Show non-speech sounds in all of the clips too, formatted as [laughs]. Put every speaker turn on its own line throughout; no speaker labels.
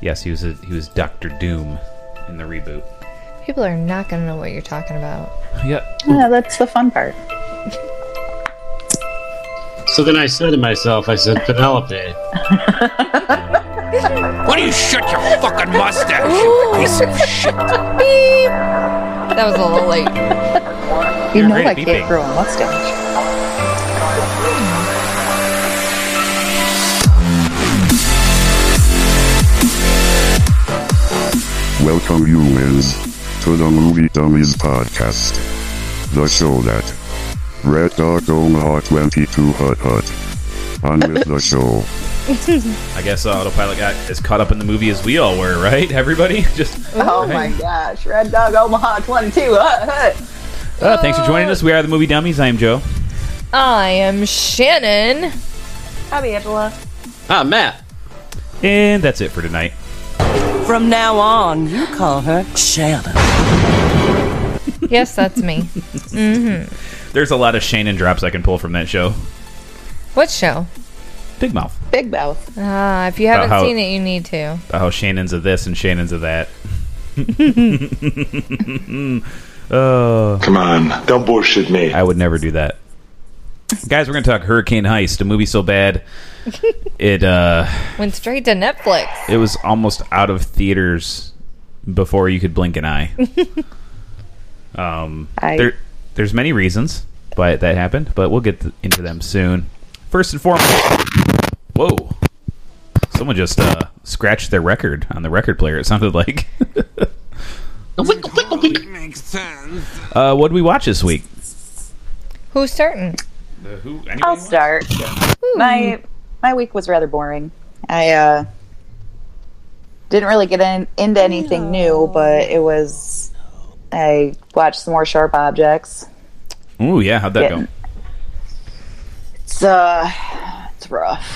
Yes, he was a, he was Doctor Doom in the reboot.
People are not going to know what you're talking about.
Yep.
Yeah, that's the fun part.
So then I said to myself, I said, Penelope.
Why don't you shut your fucking mustache, you piece of shit?
That was a little
[laughs]
late.
You
You're
know
great
I
at beeping.
can't grow a mustache.
Welcome humans to the Movie Dummies podcast. The show that Red Dog Omaha 22 Hut Hut. On with the show.
I guess Autopilot got as caught up in the movie as we all were, right? Everybody, [laughs] just
Oh my gosh, Red Dog Omaha 22. Hut, hut.
uh, thanks for joining us. We are the Movie Dummies. I am Joe.
I am Shannon.
Howdy, Angela.
Ah, Matt.
And that's it for tonight.
From now on, you call her Shannon.
Yes, that's me.
There's a lot of Shane and drops I can pull from that show.
What show?
Big mouth.
Big mouth.
Ah, if you haven't
how-
seen it, you need to.
About how Shannon's of this and Shannon's of that. oh,
Come on, don't bullshit me.
I would never do that. Guys, we're gonna talk Hurricane Heist, a movie so bad it uh
Went straight to Netflix.
it was almost out of theaters before you could blink an eye.
I
there, there's many reasons why that happened, but we'll get th- into them soon. First and foremost, whoa! Someone just uh, scratched their record on the record player. It sounded like. uh, what did we watch this week?
Who's starting?
I'll start. My my week was rather boring. I uh didn't really get in, into anything new, but it was I watched some more sharp objects.
Ooh, yeah, how'd that
Yeah.
go?
It's uh it's
[laughs]
rough.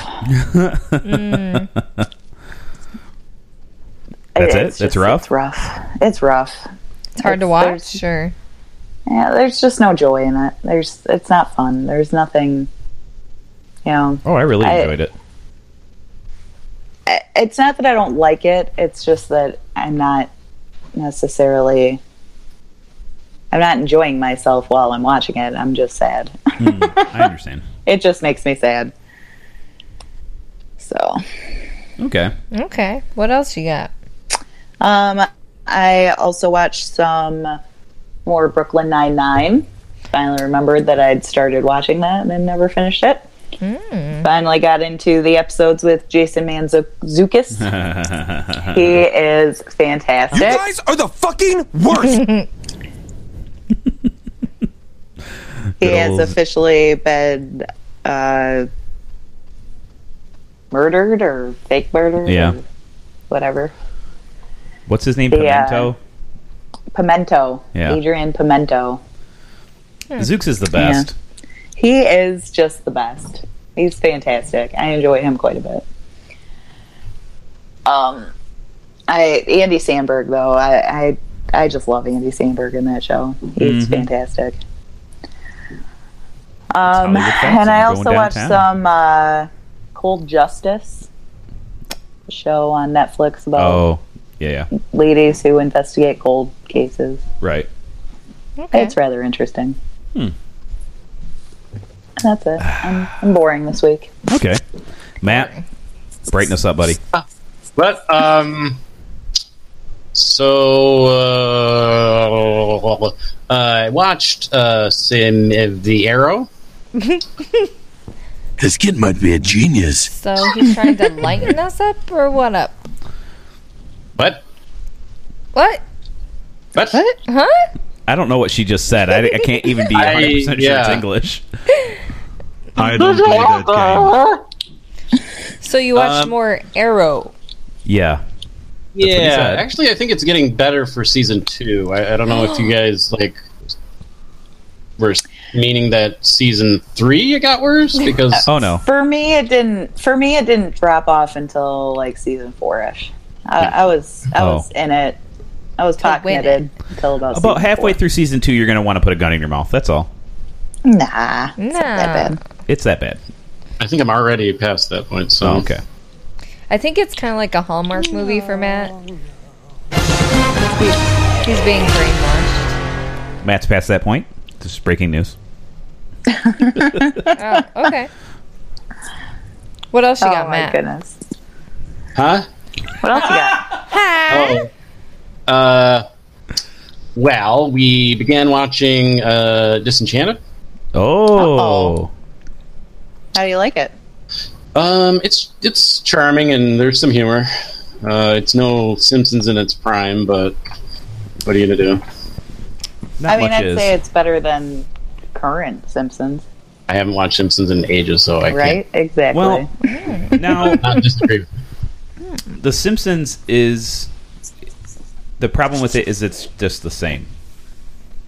That's it?
It's
That's
just-
rough?
It's rough. It's rough.
It's hard to
It's-
watch.
there's-
Sure.
Yeah, there's just no joy in it. There's it's not fun. There's nothing you know
Oh, I really
I-
enjoyed it.
it's not that I don't like it. It's just that I'm not necessarily. I'm not enjoying myself while I'm watching it. I'm just sad. [laughs]
I understand.
it just makes me sad. So,
Okay.
Okay. What else you got?
um, I also watched some more Brooklyn Nine Nine. Finally remembered that I'd started watching that and then never finished it. Finally got into the episodes with
[laughs]
Jason Manzukis. he is fantastic.
are the fucking worst.
He
Good
has
old-
officially been uh, murdered or fake murdered.
Yeah.
Or whatever.
What's his name?
Yeah.
Pimento.
Pimento.
Yeah.
Adrian Pimento.
Zooks is the best.
He is just the best. He's fantastic. I enjoy him quite a bit. Um, I Andy Sandberg though I I, I just love Andy Sandberg in that show. He's
Mm-hmm.
fantastic. Um,
Hollywood Fats,
and I
I'm
also
going
watched
downtown.
some uh, Cold Justice, a show on Netflix about
Oh, yeah, yeah.
ladies who investigate cold cases.
Right.
Okay.
It's rather interesting.
Hmm.
That's it. I'm, I'm boring this week.
Okay. Matt, brighten us up, buddy.
But, um. So, uh. I watched, uh, Sin of the Arrow.
this kid might be a genius.
So he's trying to lighten us up or what up?
What?
What?
What?
Huh?
I don't know what she just said. I, I can't even
[laughs]
be 100%
I-
sure it's
yeah.
English.
[laughs]
I don't play that game.
So you watched
Um,
more Arrow.
Yeah.
Yeah,
what he said.
actually, I think it's getting better for season two. I, I don't know if you guys like were meaning that season three it got worse because
Oh, no.
For me, it didn't. For me, it didn't drop off until like season four ish. I, I was, I
Oh.
was in it. I was pot
win it.
committed until about
About
season
halfway
four.
through season two, you're going to want to put a gun in your mouth. That's all.
Nah, it's not
Nah.
that bad.
Mm.
It's that bad.
I think I'm already past that point. So
Oh, okay.
I think it's kind of like a Hallmark movie for Matt. He's being brainwashed.
Matt's past that point. This is breaking news.
Oh, okay. What else you
oh
got,
my
Matt?
goodness.
Huh?
What else you got?
Oh. Uh, well, we began watching uh, Disenchanted.
Oh,
[laughs] How do you like it?
Um, it's it's charming and there's some humor. Uh, it's no Simpsons in its prime, but what are you gonna do?
not
I mean,
much
I'd
is.
say it's better than current Simpsons,
I haven't watched Simpsons in ages, so I
right? Exactly.
well. now
can't not disagree.
The Simpsons is the problem with it is it's just the same.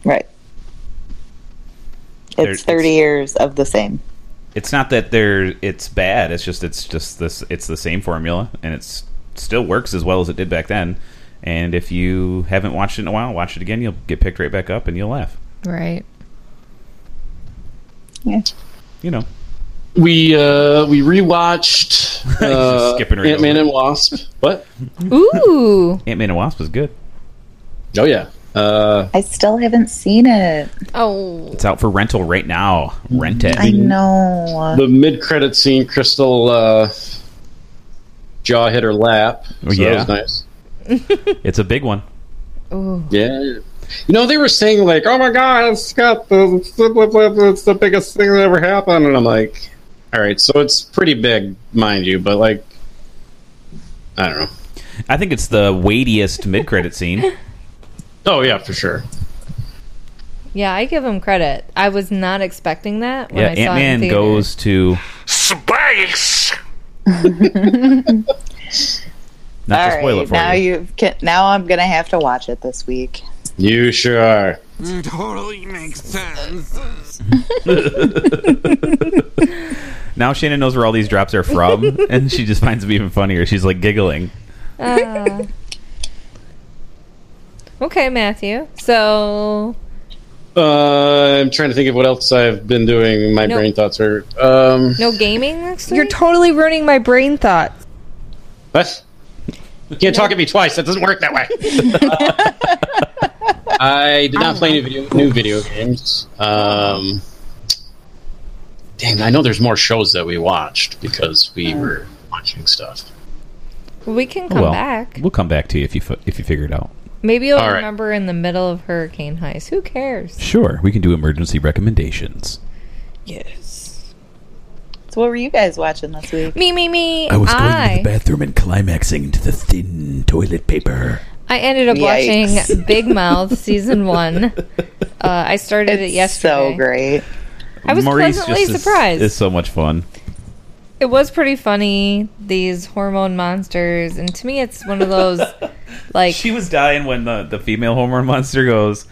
right.
There-
It's 30 years of the same.
It's not that they're it's bad. It's just it's just this it's the same formula and it's still works as well as it did back then. And if you haven't watched it in a while, watch it again. You'll get picked right back up and you'll laugh.
Right.
Yeah.
You know,
We uh,
[laughs]
we rewatched uh,
skipping right
Ant Man
over.
and Wasp. What?
[laughs]
Ooh.
Ant Man and Wasp was good.
Oh yeah. Uh,
I still haven't seen it.
Oh.
It's out for rental right now. Rent it.
I know.
the mid credit scene, Crystal uh, jaw hit her lap. So
Oh, yeah.
that was nice.
It's a big one.
Ooh.
Yeah. You know, they were saying like, "Oh my God, it's got the it's the- it's the biggest thing that ever happened," and I'm like, "All right, so it's pretty big, mind you, but like, I don't know."
I think it's the weightiest mid credit
[laughs]
scene.
Oh yeah, for sure.
Yeah, I give him credit. I was not expecting that when
Yeah,
I
Ant
saw it in
Man
theater.
goes to
Space!
not
All
to spoil it
right.
for
Now
you.
you can, now I'm going to have to watch it this week.
You sure are.
Totally makes sense.
Now Shannon knows where all these drops are
[laughs]
from, and she just finds them even funnier. She's like giggling.
Ah. okay, Matthew. So
Uh, I'm trying to think of what else I've been doing. My
No.
brain thoughts are um,
no gaming next week. You're totally ruining my brain thoughts.
what? You can't talk at me twice. That doesn't work that way. [laughs] I did not play any video, new video games. Um, dang, I know there's more shows that we watched because
Hmm.
we were watching stuff.
We can come
well,
back.
We'll come back to you if you fi- if you figure it out.
Maybe you'll
All right.
remember in the middle of hurricane heist. Who cares?
Sure, we can do emergency recommendations.
Yes.
So what were you guys watching this week?
Me, me, me. I
I was going to the bathroom and climaxing into the thin toilet paper.
I ended up
Yikes.
watching Big Mouth season one.
[laughs]
Uh, I started it yesterday.
So great.
I was
Maurice
pleasantly
just is-
surprised.
Is, so much fun.
It was pretty funny. These hormone monsters, and to me, it's one of those
[laughs]
like
She was dying when the the female hormone monster goes.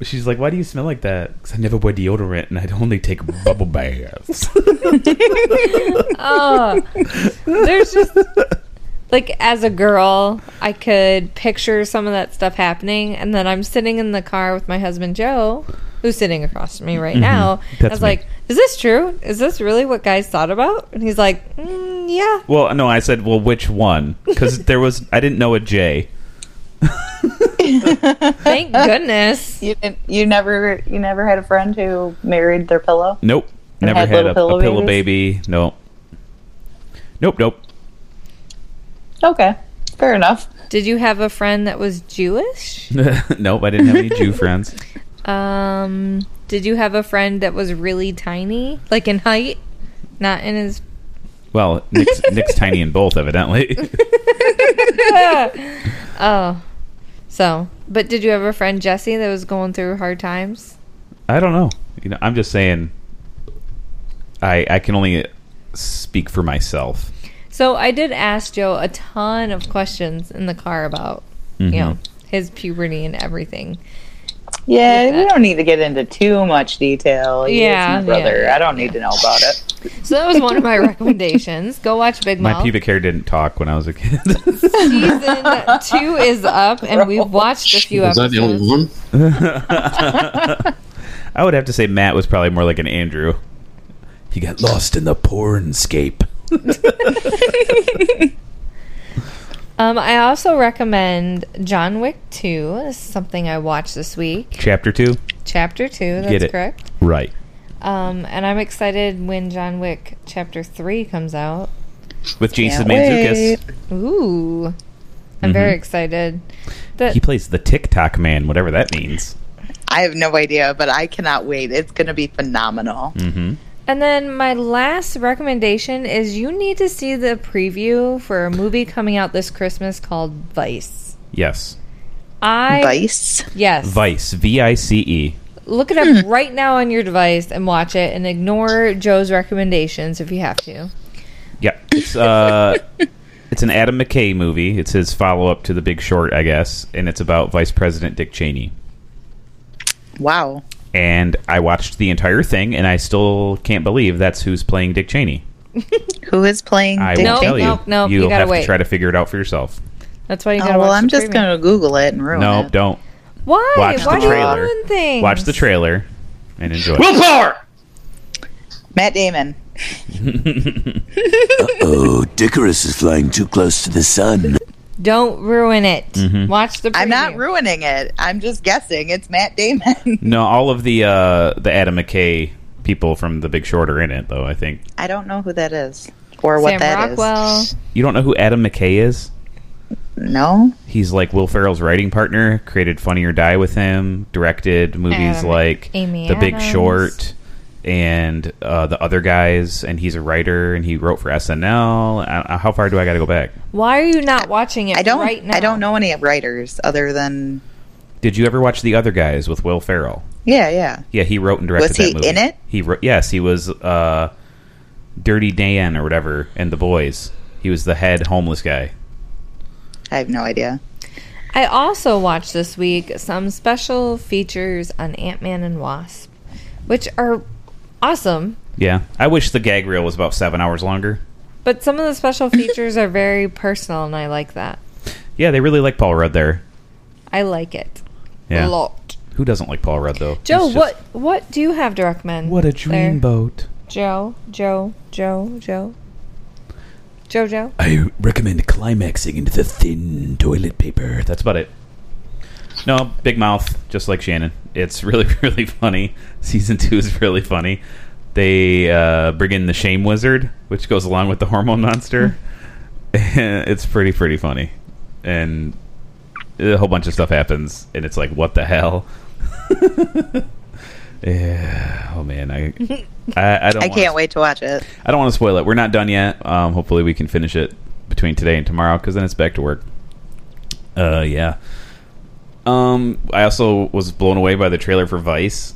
She's like, "Why do you smell like that?" Because I never wear deodorant and I only take bubble
[laughs]
baths.
oh, there's just like as a girl, I could picture some of that stuff happening, and then I'm sitting in the car with my husband Joe, who's sitting across from me right now. I
Mm-hmm. That's
was
me.
like, "Is this true? Is this really what guys thought about?" And he's like, mm, "Yeah."
well, no, I said, "Well, which one?" Because there was I didn't know a J. [laughs]
Thank goodness.
You didn't, you never you never had a friend who married their pillow?
Nope, never
had
had,
little
a,
pillow
a pillow
babies?
baby. Nope, nope, nope. [laughs]
Okay. Fair enough.
Did you have a friend that was Jewish?
nope, I didn't have any
[laughs]
Jew friends.
Um, did you have a friend that was really tiny, like in height, not in his
Well, Nick's, Nick's tiny in both, evidently. [laughs]
Oh, so but did you have a friend Jesse that was going through hard times?
I don't know. You know, I'm just saying. I I can only speak for myself.
So I did ask Joe a ton of questions in the car about you know his puberty and everything.
Yeah,
Like
we
that.
don't need to get into too much detail. He is
Yeah,
my brother.
yeah,
I don't need to know about it.
So that was one of my recommendations. Go watch Big
My
Mouth.
pubic hair didn't talk when I was a kid. [laughs]
Season two is up, and we've watched a few
Was that the only
episodes.
one?
I would have to say Matt was probably more like an Andrew.
He got lost in the pornscape.
Um, I also recommend John Wick 2. This is something I watched this week.
Chapter two.
Chapter 2,
Get
that's
it
correct.
right.
Um, and I'm excited when John Wick Chapter 3 comes out.
With Jason
Can't
Mantzoukas.
Ooh. I'm
Mm-hmm.
very excited. That
He plays the TikTok man, whatever that means.
I have no idea, but I cannot wait. It's going to be phenomenal.
Mm.
And then my last recommendation is you need to see the preview for a movie coming out this Christmas called Vice.
Yes.
I
Vice.
yes.
Vice. V I C E.
Look it
Hmm.
up right now on your device and watch it and ignore Joe's recommendations if you have to.
Yeah. It's
[laughs]
uh it's an Adam McKay movie. It's his follow up to the big short, I guess, and it's about Vice President Dick Cheney.
Wow.
And I watched the entire thing and I still can't believe that's who's playing Dick Cheney.
Who is playing
I
Dick
will
Nope,
tell you.
nope, nope, you
You'll
gotta
have
wait.
to try to figure it out for yourself.
That's why you gotta
Oh, well,
watch
I'm
the
just
preview.
going to Google it and ruin
No,
it.
don't.
Why?
Watch the
why do you
trailer.
ruin things?
Watch the trailer and enjoy. it.
Willpower.
Matt Damon.
Oh, Dickerus is flying too close to the sun.
Don't ruin it.
Mm-hmm.
Watch the preview.
I'm not ruining it. I'm just guessing. It's Matt Damon. [laughs]
No, all of the uh, the Adam McKay people from The Big Short are in it, though. I think
I don't know who that is or what
Sam
that is.
Rockwell.
you don't know who Adam McKay is.
No.
He's like Will Ferrell's writing partner. Created Funny or Die with him. Directed movies
Adam-
like
Um, Amy
The Big
Adams.
Short and uh, the other guys. And he's a writer. And he wrote for SNL. I, I- how far do I got to go back?
Why are you not watching it
I don't
right now?
I don't know any writers other than
Did you ever watch The Other Guys with Will Ferrell?
Yeah, yeah.
Yeah, he wrote and directed
Was
that
he
movie.
in it?
He wrote. Yes, he was uh, Dirty Dan or whatever, and The Boys. He was the head homeless guy.
I have no idea.
I also watched this week some special features on Ant Man and Wasp, which are awesome.
Yeah, I wish the gag reel was about seven hours longer.
But some of the
[laughs]
special features are very personal, and I like that.
Yeah, they really like Paul Rudd there.
I like it
Yeah,
a lot.
who doesn't like Paul Rudd though?
Joe,
He's just-
what what do you have to recommend?
What a
there?
dreamboat!
Joe, Joe, Joe, Joe, Joe, Joe.
I recommend climaxing into the thin toilet paper.
That's about it. No, Big Mouth, just like Shannon. It's really, [laughs] really funny. Season two is really funny. They uh, bring in the Shame Wizard, which goes along with the Hormone Monster. [laughs] it's pretty, pretty funny, and a whole bunch of stuff happens, and it's like, what the hell? [laughs] yeah. Oh man, I, I, I don't.
I
wanna
can't wait to watch it.
I don't want to spoil it. We're not done yet. Um, hopefully, we can finish it between today and tomorrow because then it's back to work. Uh, yeah. Um, I also was blown away by the trailer for Vice.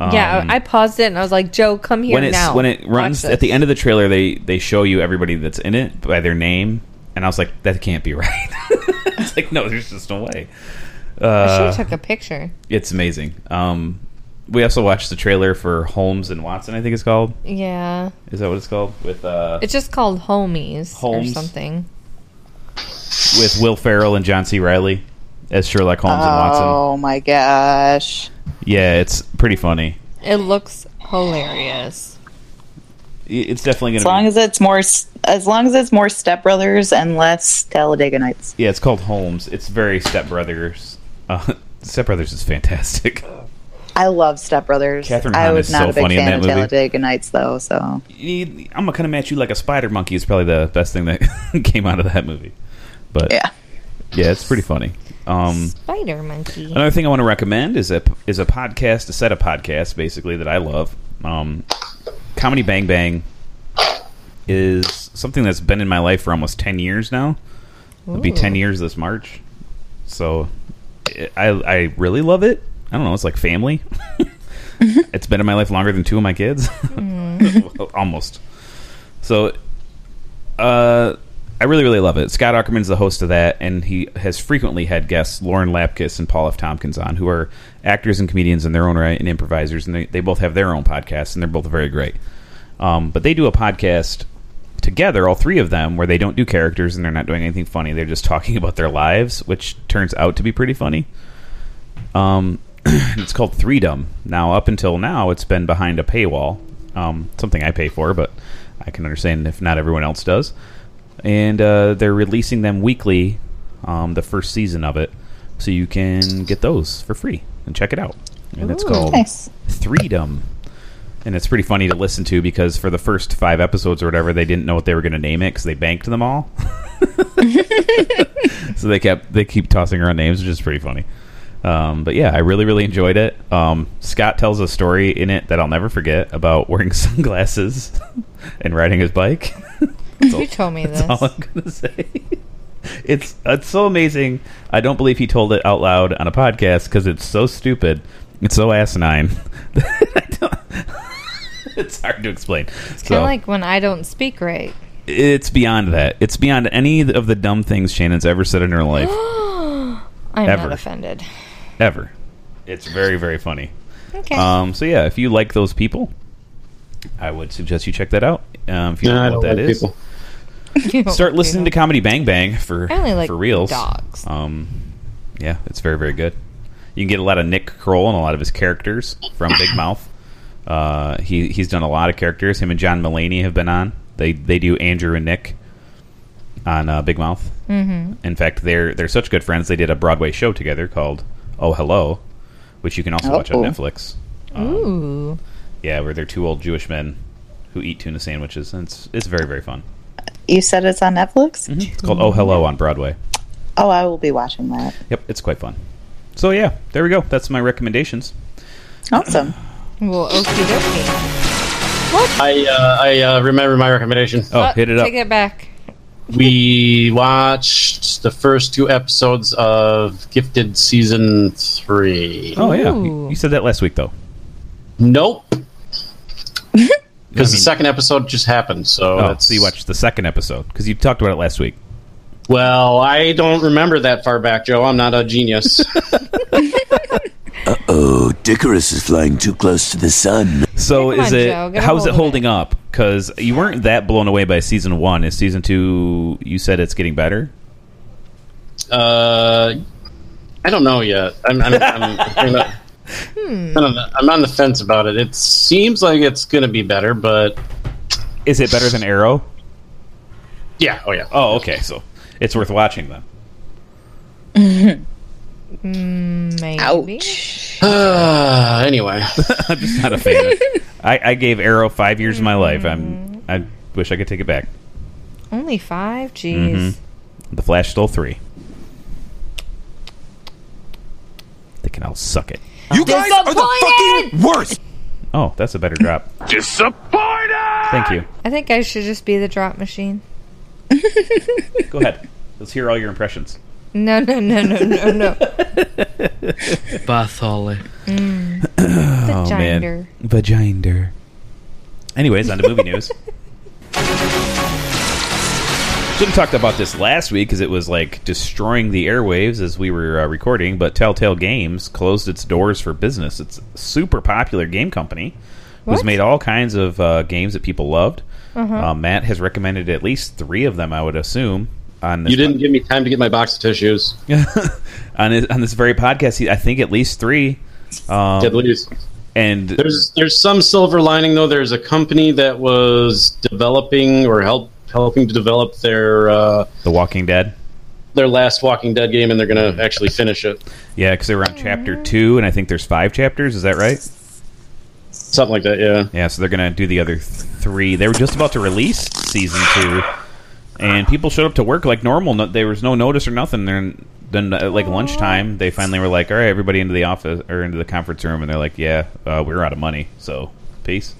Um,
yeah, I I paused it and I was like, Joe, come here
when it's
now.
when it runs at the end of the trailer, they they show you everybody that's in it by their name, and I was like, that can't be [laughs] right. it's like no, there's just no way.
I
Uh,
should have took a picture.
it's amazing. Um, we also watched the trailer for Holmes and Watson. I think it's called.
Yeah,
Is that what it's called? With uh,
it's just called Homies
Holmes.
or something.
with Will Ferrell and John C. Riley as Sherlock Holmes and Watson.
Oh my gosh.
Yeah, it's pretty funny.
It looks hilarious.
I- It's definitely
As
gonna
long
be.
as it's more s- as long as it's more Step Brothers and less Talladega Nights.
yeah, it's called Holmes. It's very Step Brothers. Uh, [laughs] Step Brothers is
[laughs]
fantastic.
I love Step Brothers.
Catherine
I
Hahn
was
is so
not a big
funny in
fan
that
of
movie.
Talladega Nights though, so
You- I'm gonna come at you like a spider monkey is probably the best thing that [laughs] came out of that movie. But
yeah.
yeah, it's pretty funny. Um,
Spider monkey.
Another thing I want to recommend is a is a podcast, a set of podcasts, basically that I love. Um, Comedy Bang Bang is something that's been in my life for almost ten years now. It'll be ten years this March, so I I really love it. I don't know, it's like family. it's been in my life longer than two of my kids, Well, [laughs] almost. So uh, I really, really love it. Scott Ackerman's the host of that, and he has frequently had guests Lauren Lapkus and Paul F. Tompkins on, who are actors and comedians in their own right and improvisers, and they, they both have their own podcasts, and they're both very great. Um, but they do a podcast together, all three of them, where they don't do characters and they're not doing anything funny. They're just [laughs] talking about their lives, which turns out to be pretty funny. Um, [clears throat] it's called Freedom. Now, up until now, it's been behind a paywall, um, something I pay for, but I can understand if not everyone else does. and uh, they're releasing them weekly. Um, the first season of it, so you can get those for free and check it out. And it's called
Nice.
Threedom. And it's pretty funny to listen to because for the first five episodes or whatever, they didn't know what they were going to name it because they banked them all. [laughs] so they kept they keep tossing around names, which is pretty funny. Um, but yeah, I really really enjoyed it. Um, Scott tells a story in it that I'll never forget about wearing [laughs] sunglasses and riding his bike. [laughs]
[laughs] You told me this.
That's all I'm gonna [laughs] say. It's it's so amazing. I don't believe he told it out loud on a podcast because it's so stupid. It's so asinine. [laughs] I don't- [laughs] it's hard to explain.
It's kind of like when I don't speak right. [gasps]
it's beyond that. It's beyond any of the dumb things Shannon's ever said
[gasps]
in her life,
I'm
Ever. [laughs]
not offended.
ever. It's very very funny.
Okay.
Um, so yeah, if you like those people, I would suggest you check that out. Um, if you
No, I
don't know what
don't
that
like
is,
people.
[laughs]
start listening to Comedy Bang Bang for
I only like
for reals.
dogs.
Um, yeah, it's very very good. You can get a lot of Nick Kroll and a lot of his characters from Big Mouth. Uh, he he's done a lot of characters. Him and John Mulaney have been on. They they do Andrew and Nick on uh, Big Mouth. Mm-hmm. In fact, they're they're such good friends. They did a Broadway show together called Oh Hello, which you can also watch on
Oh.
Netflix.
Ooh.
Yeah, where they're two old Jewish men who eat tuna sandwiches, and it's it's very very fun.
You said it's on Netflix?
It's called Oh Hello on Broadway.
Oh, I will be watching that.
Yep, it's quite fun. So yeah, there we go. That's my recommendations.
Awesome.
Well, okie dokie.
I uh, I uh, remember my recommendation.
Oh, hit it up.
Uh, Take it back.
We watched the first two episodes of Gifted season three.
Oh yeah, you,
Ooh.
you said that last week though. [laughs]
Nope, because
I
the
mean-
second episode just happened. So
Oh,
that's
so you watched the second episode because you talked about it last week.
Well, I don't remember that far back, Joe. I'm not a
[laughs]
genius.
Oh, Dickerus is flying too close to the sun.
So
Come
is
on,
it
Joe, get a
how's
hold
it
of
holding
it.
up? Because you weren't that blown away by season one. Is season two? You said it's getting better.
uh, I don't know yet. I'm I'm, I'm, I'm,
[laughs]
not- I don't know. I'm on the fence about it. It seems like it's going to be better, but
Is it better than Arrow?
yeah. Oh yeah.
Oh, okay. So it's worth watching then. [laughs]
Maybe.
Ouch.
Uh, [sighs] anyway,
I'm just not a fan. of
[laughs]
it. I, I gave Arrow five years of my life.
Mm-hmm.
I'm. I wish I could take it back.
Only five? Jeez.
Mm-hmm. The Flash stole three. They can all suck it.
You guys are the fucking worst.
Oh, that's a better drop.
Disappointed.
Thank you.
I think I should just be the drop machine.
Go ahead. Let's hear all your impressions.
No, no, no, no, no,
[laughs]
no.
Barthole.
The
Oh, man. Vaginer. Anyways, on to movie news. Should have talked about this last week because it was like destroying the airwaves as we were uh, recording. But Telltale Games closed its doors for business. It's a super popular game company. Who's
What?
made all kinds of uh, games that people loved. Uh, Matt has recommended at least three of them, I would assume. On this
you didn't give me time to get my box of tissues.
[laughs] on, his, on this very podcast, he, I think at least three. Um,
At least.
And
There's there's some silver lining though. There's a company that was developing or help helping to develop their uh,
The Walking Dead.
their last Walking Dead game, and they're going to actually finish it,
Yeah, because they were on chapter two, and I think there's five chapters. Is that right?
something like that. Yeah.
Yeah, so they're gonna do the other th- three. They were just about to release season two, and people showed up to work like normal. No, there was no notice or nothing. Then, then at like lunchtime, they finally were like, "All right, everybody into the office or into the conference room," and they're like, "Yeah, uh, we're out of money, so peace."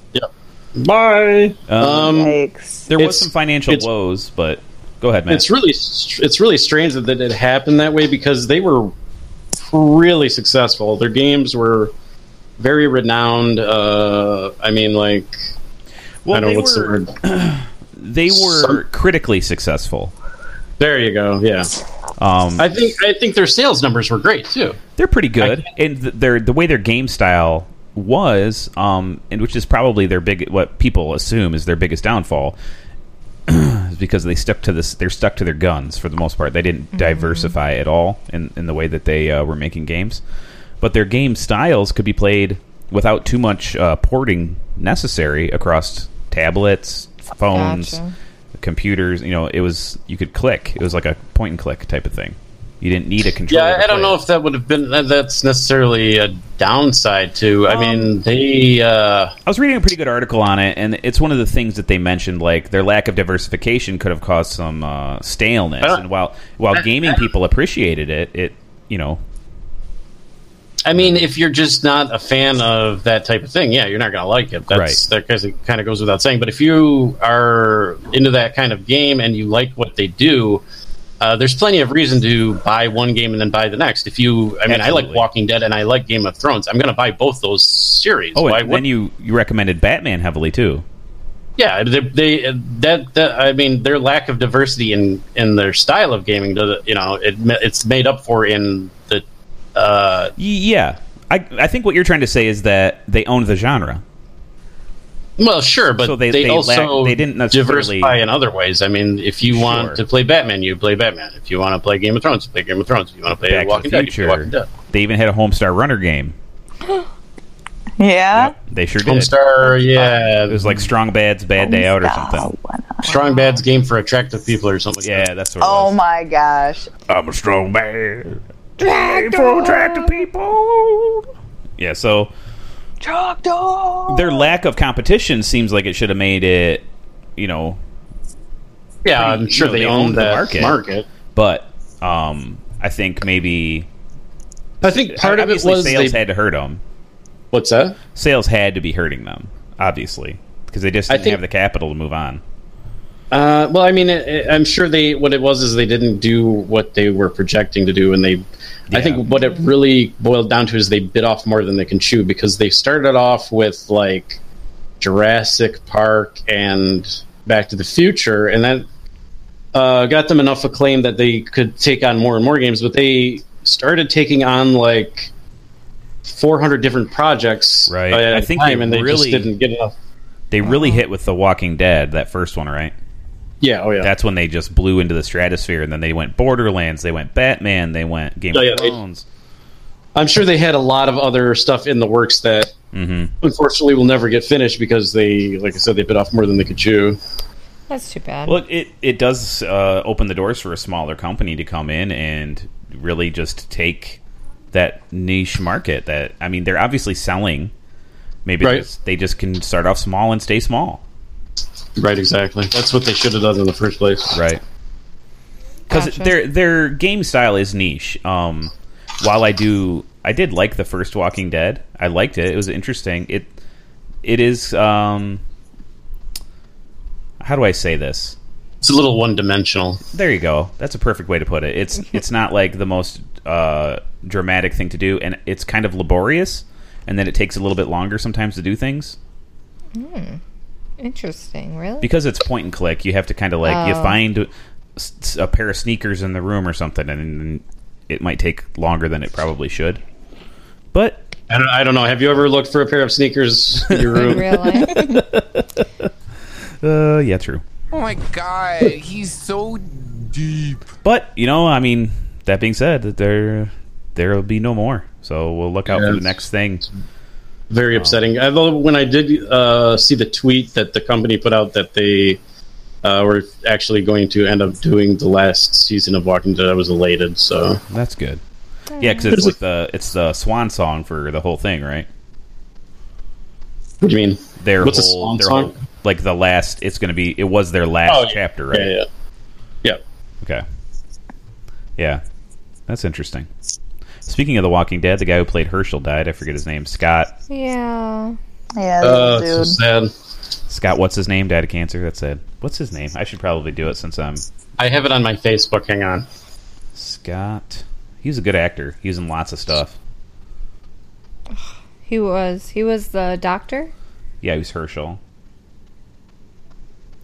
Bye. Um,
Yikes.
There was
It's-
some financial
it's-
woes, but go ahead, man.
it's really str- it's really strange that that it happened that way because they were really successful. Their games were very renowned. Uh, I mean, like
well,
I don't
they
know what's
were,
the word.
They were
Some-
critically successful.
There you go. Yeah,
Um,
I think I think their sales numbers were great too.
they're pretty good, and th- their the way their game style was, um, and which is probably their big what people assume is their biggest downfall, [clears throat] is because they stuck to this. They're stuck to their guns for the most part. They didn't diversify at all in in the way that they uh, were making games, but their game styles could be played without too much uh, porting necessary across tablets, phones,
Gotcha.
computers. You know, it was you could click. It was like a point and click type of thing. You didn't need a controller.
Yeah,
to
I don't
play
know
it.
if that would have been that- that's necessarily a downside to. I mean, they uh,
I was reading a pretty good article on it, and it's one of the things that they mentioned. Like their lack of diversification could have caused some uh, staleness.
Uh,
and while while gaming people appreciated it, it you know
I mean, if you're just not a fan of that type of thing, yeah, you're not going to like it. That's that kind of, kind of goes without saying. But if you are into that kind of game and you like what they do, uh, there's plenty of reason to buy one game and then buy the next. If you, I mean, I like
Absolutely.
Walking Dead and I like Game of Thrones. I'm going to buy both those series.
Oh, and
Why
then
wouldn't-
you, you recommended Batman heavily too.
Yeah, they, they that, that I mean their lack of diversity in in their style of gaming, does you know, it ma- it's made up for in the uh,
Y- yeah, I I think what you're trying to say is that they owned the genre.
well, sure, but
So they-
they,
they
also
lack- they didn't necessarily-
diversify in other ways. I mean, if you
Sure.
want to play Batman, you play Batman. If you want to play Game of Thrones, you play Game of Thrones. If you want to play
Back
Walking
to the
Dead, you play
Future.
Walking Dead.
They even had a Homestar Runner game.
Yeah.
They sure did.
Homestar, yeah,
It was like Strong Bad's Bad Day Out or something.
Oh,
strong bad's game for attractive people or something. like
Yeah, that's what. It
Oh
was.
my gosh.
I'm a strong man. For attractive people. Yeah, so their lack of competition seems like it should have made it, you know,
that. yeah, I'm
pretty-
sure
you know,
they,
they
own
owned the
that
market.
market.
but um, I think maybe
I think part of it
obviously
was
sales
they,
had to hurt them.
what's that?
Sales had to be hurting them, obviously, because they just
I
didn't
think-
have the capital to move on.
Uh, well, I mean, it, it- I'm sure they what it was is they didn't do what they were projecting to do, and they.
Yeah.
I think what it really boiled down to is they bit off more than they can chew because they started off with like Jurassic Park and Back to the Future, and that uh, got them enough acclaim that they could take on more and more games. But they started taking on like 400 different projects,
Right.
at
I
a
think
time,
they
and they
really-
just didn't get enough.
They really hit with The Walking Dead, that first one, right?
Yeah. Oh yeah.
That's when they just blew into the stratosphere, and then they went Borderlands, they went Batman, they went Game
Oh, yeah,
of
they-
Thrones.
I'm sure they had a lot of other stuff in the works that
Mhm.
Mm-hmm. unfortunately will never get finished because they, like I said, they bit off more than they could chew.
That's too bad.
Well, it it does uh, open the doors for a smaller company to come in and really just take that niche market. That I mean, they're obviously selling. Maybe
Right.
they, just, they just can start off small and stay small,
Right, exactly. That's what they should have done in the first place.
right? Because
Gotcha.
their their game style is niche. Um, while I do, I did like the first Walking Dead. I liked it. It was interesting. It it is. Um, how do I say this?
It's a little one dimensional.
There you go. That's a perfect way to put it. It's it's not like the most uh, dramatic thing to do, and it's kind of laborious, and then it takes a little bit longer sometimes to do things
Interesting, really?
because it's point and click. You have to kind of like you
Oh.
find s- s- a pair of sneakers in the room or something, and then it might take longer than it probably should. But
I don't, I don't know. Have you ever looked for a pair of sneakers in your
In [laughs]
room?
real life?
[laughs] uh, yeah, true.
Oh my god, he's so deep.
But you know, I mean, that being said, that there there will be no more. So we'll look out for the
Yes.
next thing.
Very upsetting. Although when I did uh, see the tweet that the company put out that they uh, were actually going to end up doing the last season of Walking Dead, I was elated. So
That's good. Yeah, because it's like the it's the swan song for the whole thing, right?
what do you mean?
Their
What's a
whole,
swan
their
song? Oh,
whole like the last. It's going to be. It was their last
yeah.
chapter, right?
Yeah, yeah, yeah.
Okay. Yeah, that's interesting. Speaking of The Walking Dead, the guy who played Herschel died. I forget his name. Scott.
yeah.
Yeah,
Uh,
that
so
dude.
sad.
Scott. What's his name? Died of cancer. That's it. What's his name? I should probably do it since I'm
I have it on my Facebook. Hang on.
Scott. He's a good actor. He's in lots of stuff.
He was. He was the doctor?
Yeah, he was Herschel.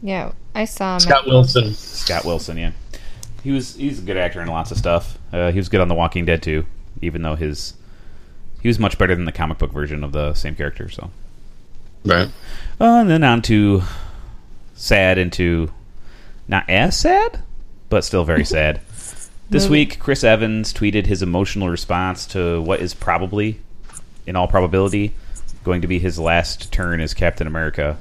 Yeah. I saw him.
Scott
at-
Wilson.
Scott Wilson, yeah. He was he's a good actor in lots of stuff. Uh, he was good on The Walking Dead too, even though his he was much better than the comic book version of the same character. So,
Right.
uh, and then on to sad into not as sad, but still very sad. This week, Chris Evans tweeted his emotional response to what is probably, in all probability, going to be his last turn as Captain America.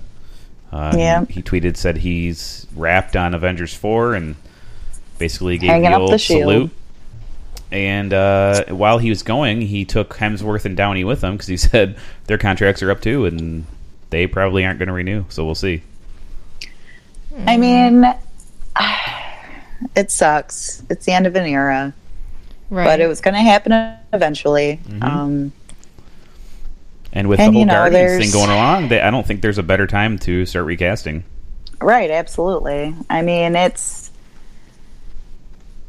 Uh,
Yeah.
He tweeted said he's wrapped on Avengers four and basically gave
Hanging
the
up
old
the shield.
salute. And uh, while he was going, he took Hemsworth and Downey with him because he [laughs] said their contracts are up too, and they probably aren't going to renew. So we'll see.
I mean, it sucks. It's the end of an era,
Right.
but it was going to happen eventually. Um,
And with
And,
the whole
you know,
Guardians
there's-
thing going along, they, I don't think there's a better time to start recasting.
right, absolutely. I mean, it's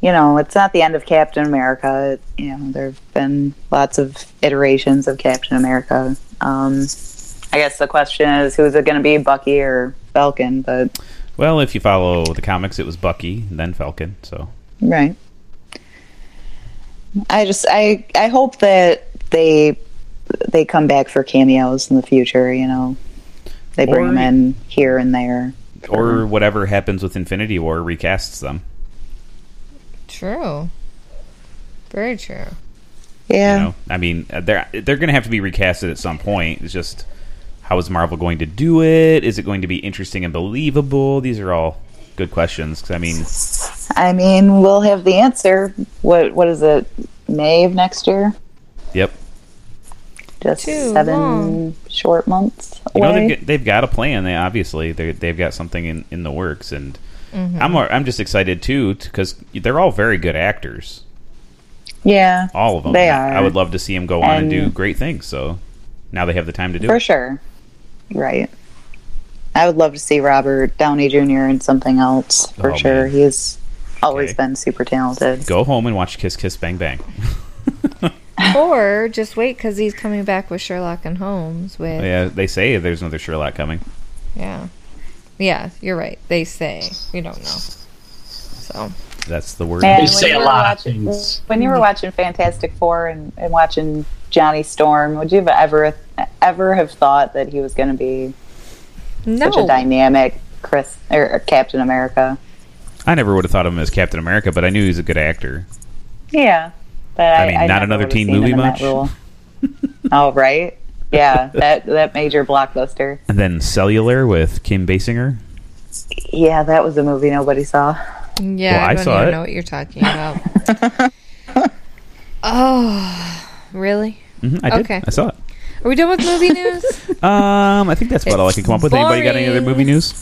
you know, it's not the end of Captain America. You know, there have been lots of iterations of Captain America. Um, I guess the question is, who's it going to be, Bucky or Falcon? But
Well, if you follow the comics, it was Bucky, and then Falcon. So
Right. I just I I hope that they they come back for cameos in the future. You know, they bring
Or-
them in here and there.
or whatever happens with Infinity War recasts them.
True. Very true.
Yeah,
You know, I mean, uh, they're they're going to have to be recasted at some point. It's just how is Marvel going to do it? Is it going to be interesting and believable? These are all good questions. 'cause, I mean,
I mean, we'll have the answer. What what is it? May of next year?
yep,
Just
Too
seven
long.
short months
you know
away.
they've, got- they've got a plan. They obviously they they've got something in, in the works, and
Mm-hmm.
I'm I'm just excited too because they're all very good actors.
yeah,
all of them.
They
And
are.
I would love to see him go on and,
And-
do great things. So now they have the time to do
for
it.
sure. Right. I would love to see Robert Downey Jr. in something else for
Oh,
sure.
man.
He's always
Okay.
been super talented.
Go home and watch Kiss Kiss Bang Bang.
Or just wait because he's coming back with Sherlock and Holmes. With yeah.
yeah, they say there's another Sherlock coming.
yeah, you're right. They say you don't know. So
That's the word.
And
You
when
say
you
a
were
lot of
watching-
things.
When you were watching Fantastic Four and, and watching Johnny Storm, would you have ever ever have thought that he was going to be
no,
such a dynamic Chris or, or Captain America?
I never would have thought of him as Captain America, but I knew he was a good actor.
Yeah, but I,
I mean, not
never
another
would've
teen
seen
movie
him in that
much?
role. oh right, yeah that that major blockbuster.
And then Cellular with Kim Basinger.
Yeah, that was a movie nobody saw.
yeah,
Well,
I
I
don't
saw
even
it.
know what you're talking about.
[laughs]
oh, really?
hmm I did.
Okay.
I saw it.
Are we done with
[laughs]
movie news?
Um, I think that's about all I can come up with. Anybody got any other
Boring.
movie news?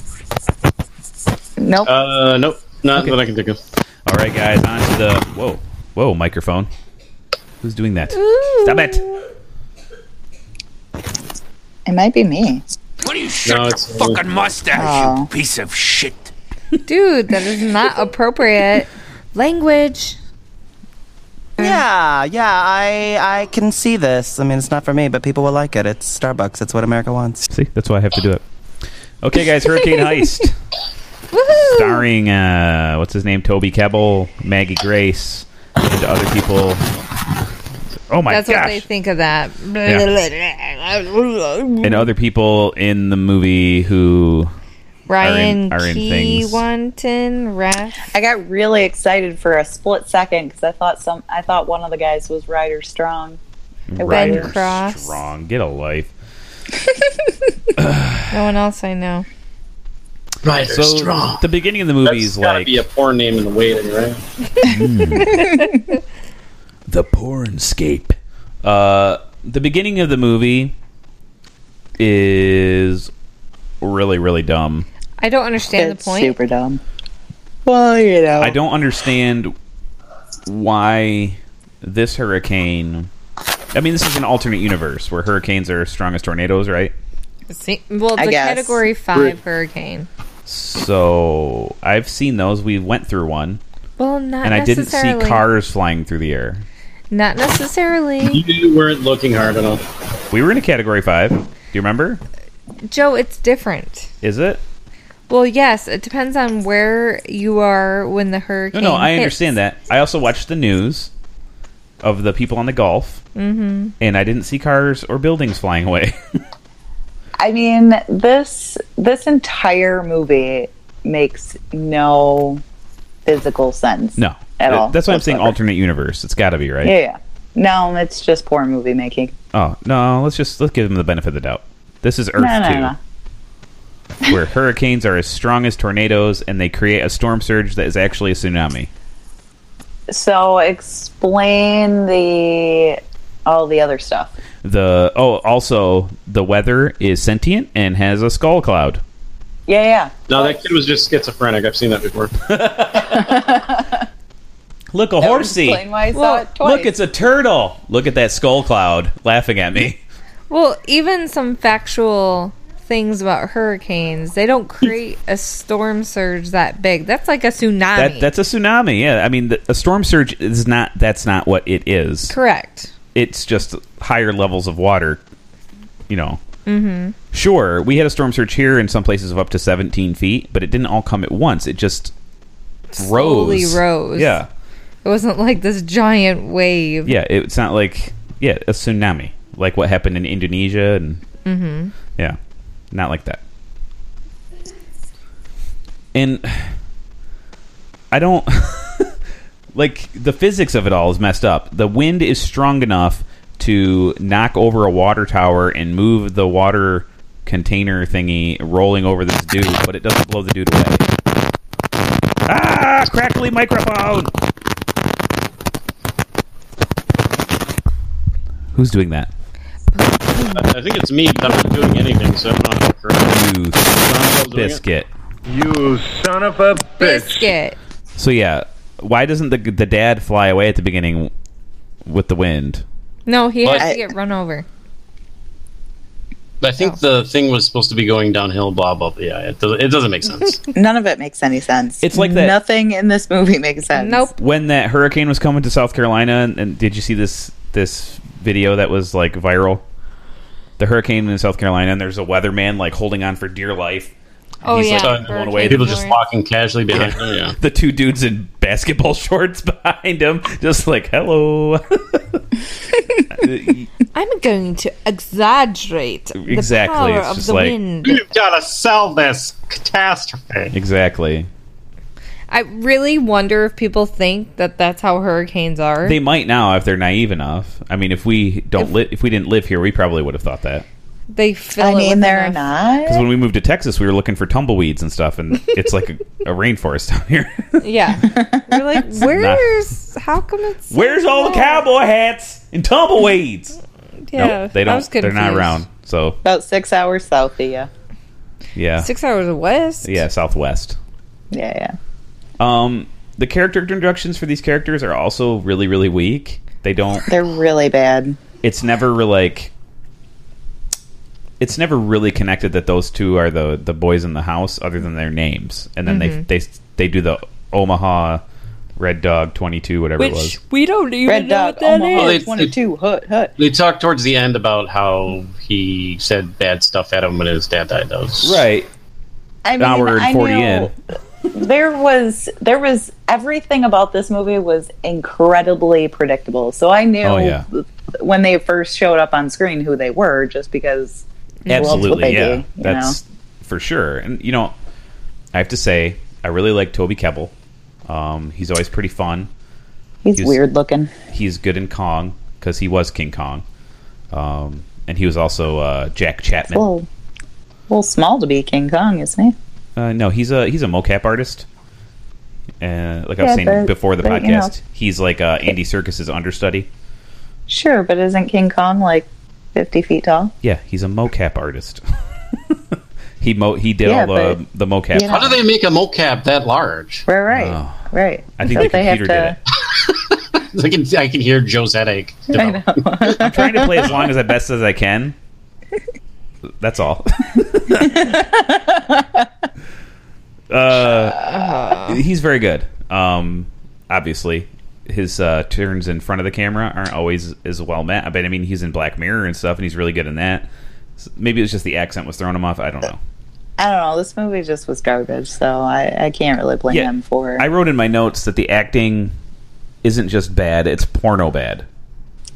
Nope.
Uh, nope. Not that I can think of.
All right, guys, on to the whoa, whoa microphone. Who's doing that? Stop it!
it might be me.
What do you shut
No,
your
it's-
fucking mustache,
Oh.
you piece of shit?
Dude, that is not appropriate language.
Yeah, yeah, I I can see this. I mean, it's not for me, but people will like it. It's Starbucks. It's what America wants.
See, that's why I have to do it. Okay, guys,
[laughs]
Hurricane Heist.
Woohoo!
starring uh, what's his name, Toby Kebbell, Maggie Grace, and other people. Oh my
That's what they
gosh!
think of that.
And other people in the movie who
Ryan
are in things.
Keewantin, Ref.
I got really excited for a split second because I thought some I thought one of the guys was Ryder Strong. It
Ryder
was-
Cross.
Strong, get a life.
No one else I know.
Right,
So the beginning of the movie
That's
is
gotta
like
be a porn name in the waiting, right?
The Pornscape.
uh, the beginning of the movie is really really dumb.
I don't understand the point.
super dumb. Well, you know,
I don't understand why this hurricane. I mean, this is an alternate universe where hurricanes are as strong as tornadoes, right?
See- well,
I
it's a
guess.
category five hurricane.
So I've seen those. We went through one,
Well, not
and I didn't
necessarily.
see cars flying through the air.
Not necessarily.
Mm-hmm.
You weren't looking hard enough.
We were in a category five. Do you remember?
Joe, it's different.
Is it?
Well, yes, it depends on where you are when the
No,
hurricane.
no. I
hits.
understand that. I also watched the news of the people on the Gulf, mm-hmm. and I didn't see cars or buildings flying
[laughs]
away.
I mean, this this entire movie makes no physical sense.
no,
At all,
That's why I'm saying
whatsoever.
alternate universe. It's got to be right.
Yeah, yeah. No, it's just poor movie making.
Oh no, let's just let's give them the benefit of the doubt. This is Earth
No, no,
two.
no. [laughs]
where hurricanes are as strong as tornadoes and they create a storm surge that is actually a tsunami.
So explain the all the other stuff.
The oh, also the weather is sentient and has a skull cloud.
Yeah, yeah.
No, that kid was just schizophrenic. I've seen that before.
Look, a horsey.
Explain why I saw
Well,
it twice.
Look, it's a turtle. Look at that skull cloud laughing at me.
Well, even some factual things about hurricanes, they don't create a storm surge that big. That's like a tsunami.
That that's a tsunami. Yeah, I mean, the, a storm surge is not. That's not what it is.
correct.
it's just higher levels of water. You know. Mm-hmm. Sure, we had a storm surge here in some places of up to 17 feet, but it didn't all come at once. It just
Slowly
rose.
rose.
Yeah,
It wasn't like this giant wave.
yeah. It's not like yeah a tsunami like what happened in Indonesia and yeah, not like that. And I don't [laughs] like the physics of it all is messed up. The wind is strong enough to knock over a water tower and move the water container thingy rolling over this dude, but it doesn't blow the dude away. Ah, crackly microphone. Who's doing that?
I think it's me, but I'm not doing anything, so I'm not correct.
You son of a
doing it.
biscuit.
You son of a
Biscuit.
So yeah, why doesn't the the dad fly away at the beginning with the wind?
No, he
But-
has to get run over.
I think the thing was supposed to be going downhill, blah, blah, blah. Yeah, it, does, it doesn't make sense.
[laughs] None of it makes any sense.
It's like that-
Nothing in this movie makes sense.
Nope.
When that hurricane was coming to South Carolina, and, and did you see this this video that was like viral? The hurricane in South Carolina, and there's a weatherman like holding on for dear life. And
Oh,
he's
yeah.
like going away.
Hurricane.
People just walking casually behind them, yeah.
The two dudes in basketball [laughs] shorts behind him, just like hello.
I'm going to exaggerate
Exactly,
the power
it's
of
just
the
like-
wind.
[laughs] You've got to sell this catastrophe.
exactly.
I really wonder if people think that that's how hurricanes are.
They might now if they're naive enough. I mean, if we don't li- if we didn't live here, we probably would have thought that.
they fill
I
it
mean,
with
they're
enough-
Because
not.
when we moved to Texas, we were looking for tumbleweeds and stuff,
[laughs]
and it's like a, a rainforest down here.
[laughs]
Yeah. We're like, where's how come it's so
Where's all the
small?
cowboy hats and tumbleweeds?
Yeah,
Nope, they
I
don't.
was
They're not
confused.
around. So
About six hours south of you.
yeah,
Six hours west.
yeah, Southwest.
Yeah, yeah.
Um, the character introductions for these characters are also really, really weak. They don't.
[laughs]
They're really bad.
It's never re- like. It's never really connected that those two are the the boys in the house, other than their names, and then
Mm-hmm.
they they they do the Omaha Red Dog twenty two whatever it was.
Which we don't even
Red oh
know
Dog,
what that
Omaha,
Well,
is.
they- they-
22, hut, hut.
They talk towards the end about how he said bad stuff at him when his dad died. That was
Right.
I mean,
hour
I
and 40
knew-
in.
There was, there was, everything about this movie was incredibly predictable. So I knew
Oh, yeah.
when they first showed up on screen who they were just because Well, that's what
Absolutely,
they
yeah.
do, you
That's for sure. And you know, I have to say, I really like Toby Kebbell. Um, he's always pretty fun.
he's
He's-
weird looking.
He's good in Kong because he was King Kong, um, and he was also uh, Jack Chapman.
Well, well, small to be King Kong, isn't he?
Uh, no, he's a he's a mocap artist. Uh, like I was
Yeah,
saying
but-
before the
but,
podcast,
you know.
he's like uh, Andy Circus's understudy.
Sure, but isn't King Kong like 50 feet tall?
Yeah, he's a mocap artist. [laughs] he mo he did
Yeah,
all the
but,
the mocap.
you know.
How do they make a mocap that large? [laughs]
Right, right,
Oh.
right.
I think the computer did it.
I can, I can hear Joe's headache.
[laughs] I know.
I'm trying to play as long as I best as I can. That's all. uh, he's very good. Um, obviously, his uh, turns in front of the camera aren't always as well met. But I mean, he's in Black Mirror and stuff, and he's really good in that. S- Maybe it was just the accent was throwing him off. I don't know.
I don't know. This movie just was garbage, so I, I can't really blame
Yeah.
them for.
I wrote in my notes that the acting isn't just bad; it's porno bad.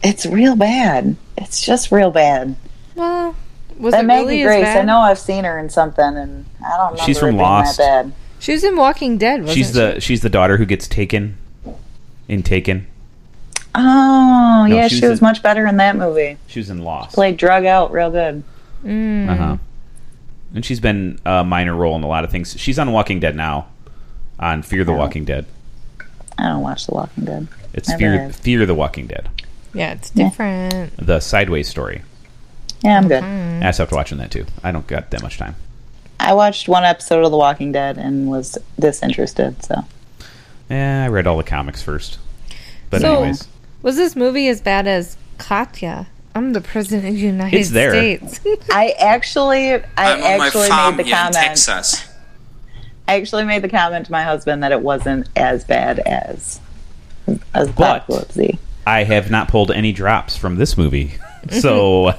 it's real bad. It's just real bad.
Well, Uh, was
That
it
Maggie
really as
Grace, I
bad?
know I've seen her in something, and I don't remember
She's
her
from
being
Lost.
that bad.
She was in Walking Dead, wasn't
She's the she's the daughter who gets taken in Taken.
Oh,
No,
yeah,
she
she,
was
was
in-
much better in that movie.
She was in Lost.
Played drug out real good.
Uh-huh. and she's been a minor role in a lot of things. She's on Walking Dead now, on Fear the Walking Dead.
I don't watch The Walking Dead.
It's
Never
Fear
have.
Fear the Walking Dead,
Yeah, it's different.
the sideways story.
Yeah, I'm good.
I stopped watching that too. I don't got that much time.
I watched one episode of The Walking Dead and was disinterested. So
Yeah, Eh, I read all the comics first. But
So-
anyways,
Was this movie as bad as Katya? I'm the president of the United
It's there.
States. [laughs]
I actually, I
I'm on my
actually
farm
made the
here in
comment.
Texas.
I actually made the comment to my husband that it wasn't as bad as as
But-
Apocalypse.
I have not pulled any drops from this
[laughs]
movie. so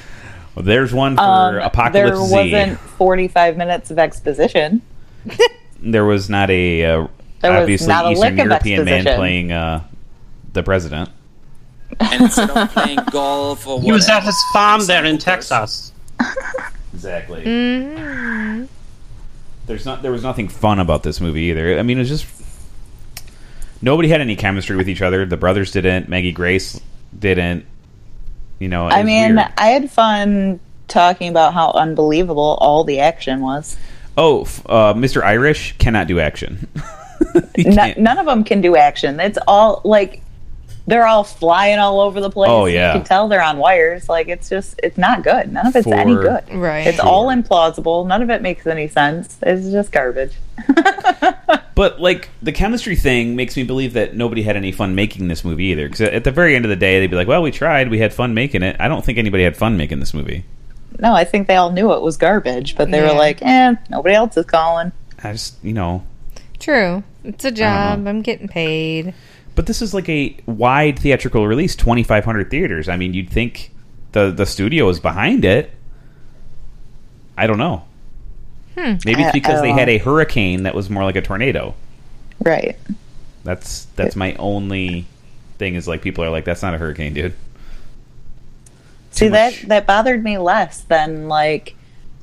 [laughs] there's one for
Um, there
Apocalypse Z.
wasn't 45 minutes of exposition.
there was not a uh,
There was
obviously
not a
Eastern
lick of
European man
exposition.
playing uh, the president.
And instead of playing golf or
He was at
whatever,
his farm there in Texas.
Exactly. There's not. There was nothing fun about this movie either. I mean, it was just nobody had any chemistry with each other. The brothers didn't. Maggie Grace didn't. You know. it
I
was
mean,
weird.
I had fun talking about how unbelievable all the action was.
oh, f- uh, Mr. Irish cannot do action. [laughs] He
N-
can't.
none of them can do action. It's all like they're all flying all over the place.
Oh, yeah.
you can tell they're on wires. Like it's just it's not good. None of it's any
For-
good.
right.
It's all implausible. None of it makes any sense. It's just garbage.
But like the chemistry thing makes me believe that nobody had any fun making this movie either. Because at the very end of the day, they'd be like, "Well, we tried. We had fun making it." I don't think anybody had fun making this movie.
No, I think they all knew it was garbage, but they
Yeah.
were like, "Eh, nobody else is calling."
I just, you know,
True. It's a job.
Uh-huh.
I'm getting paid.
But this is like a wide theatrical release, twenty five hundred theaters. I mean, you'd think the the studio is behind it. I don't know. Maybe
I- I
it's because
don't
they
know.
had a hurricane that was more like a tornado.
Right.
That's that's my only thing is like people are like, that's not a hurricane, dude.
See that
much.
that bothered me less than like,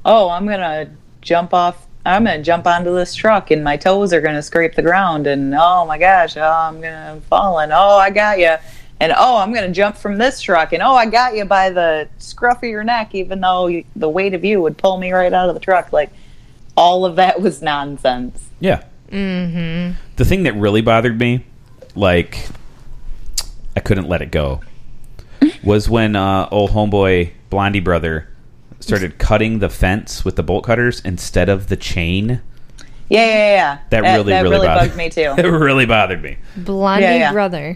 oh, I'm gonna jump off. I'm gonna jump onto this truck and my toes are gonna scrape the ground and oh my gosh, oh, I'm gonna fall and oh I got you and oh I'm gonna jump from this truck and oh I got you by the scruff of your neck even though you- the weight of you would pull me right out of the truck like all of that was nonsense.
Yeah. Mm-hmm. The thing that really bothered me, like, I couldn't let it go, was when uh, old homeboy Blondie brother started cutting the fence with the bolt cutters instead of the chain.
Yeah, yeah, yeah, yeah.
That, really,
that
really, bothered
bugged
[laughs]
me too.
It really bothered me.
Blondie
Yeah, yeah.
brother.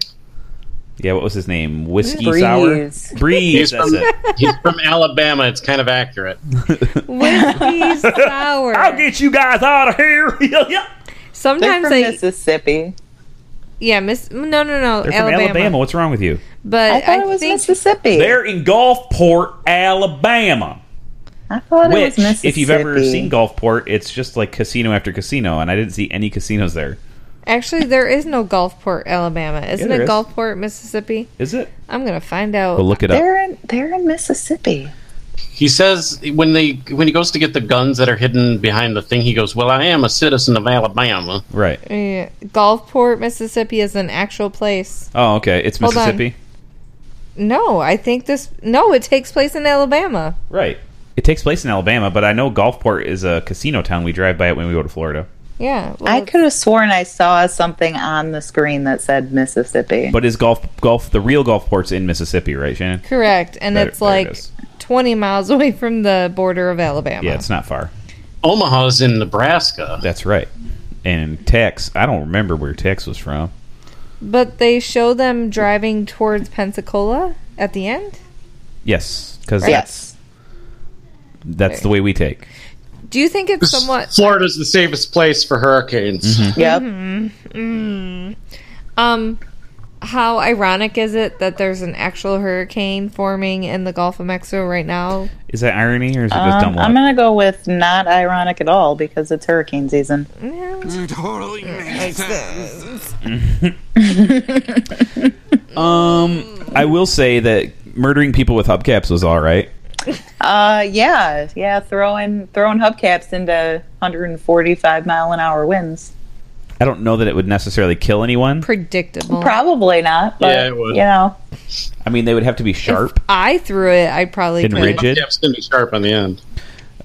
Yeah, what was his name? Whiskey
Breeze.
Sour? Breeze.
He's
That's
from,
it.
[laughs] he's from Alabama. It's kind of accurate.
[laughs]
Whiskey sour.
I'll get you guys out of here. [laughs] Yeah, yeah.
They're
Sometimes
from
I
Mississippi.
yeah miss no no no
They're
Alabama.
from Alabama. What's wrong with you?
But
I
I,
thought it was
think
Mississippi.
They're in Gulfport, Alabama.
I thought it was
Which,
Mississippi.
if you've ever seen Gulfport, it's just like casino after casino, and I didn't see any casinos there.
actually there is no Gulfport, Alabama. Isn't
there
it
is.
Gulfport, Mississippi?
Is it?
I'm gonna find out.
Well, look it up.
They're in they're in Mississippi.
He says when they when he goes to get the guns that are hidden behind the thing, he goes, "Well, I am a citizen of Alabama."
Right.
Yeah. Uh, Gulfport, Mississippi is an actual place.
Oh, okay. It's
Hold on.
Mississippi.
No, I think this no, it takes place in Alabama.
Right. It takes place in Alabama, but I know Gulfport is a casino town. We drive by it when we go to Florida.
Yeah. well,
I
it's-
could have sworn I saw something on the screen that said Mississippi.
But is golf golf the real Gulfport's in Mississippi, right, Shannon?
Correct. And
There-
it's
there it
like
is.
20 miles [laughs] away from the border of Alabama.
Yeah, it's not far.
Omaha's in Nebraska.
That's right. And Tex, I don't remember where Tex was from.
But they show them driving towards Pensacola at the end.
Yes, because
yes.
that's that's the way we take.
Do you think it's
[laughs]
somewhat
Florida's the safest place for hurricanes.
Yep.
Mm-hmm. um how ironic is it that there's an actual hurricane forming in the Gulf of Mexico right now?
Is that irony or is it just dumb
Um,
luck?
I'm gonna go with not ironic at all because it's hurricane season.
Totally makes sense.
um, I will say that murdering people with hubcaps was all right.
Uh, yeah, yeah. Throwing throwing hubcaps into 145 mile an hour winds.
I don't know that it would necessarily kill anyone.
Predictable.
Probably not. But,
Yeah, it would.
You know,
I mean, they would have to be sharp
I threw it. I'd probably
and
quit.
rigid.
Yeah, it's gonna be sharp on the end.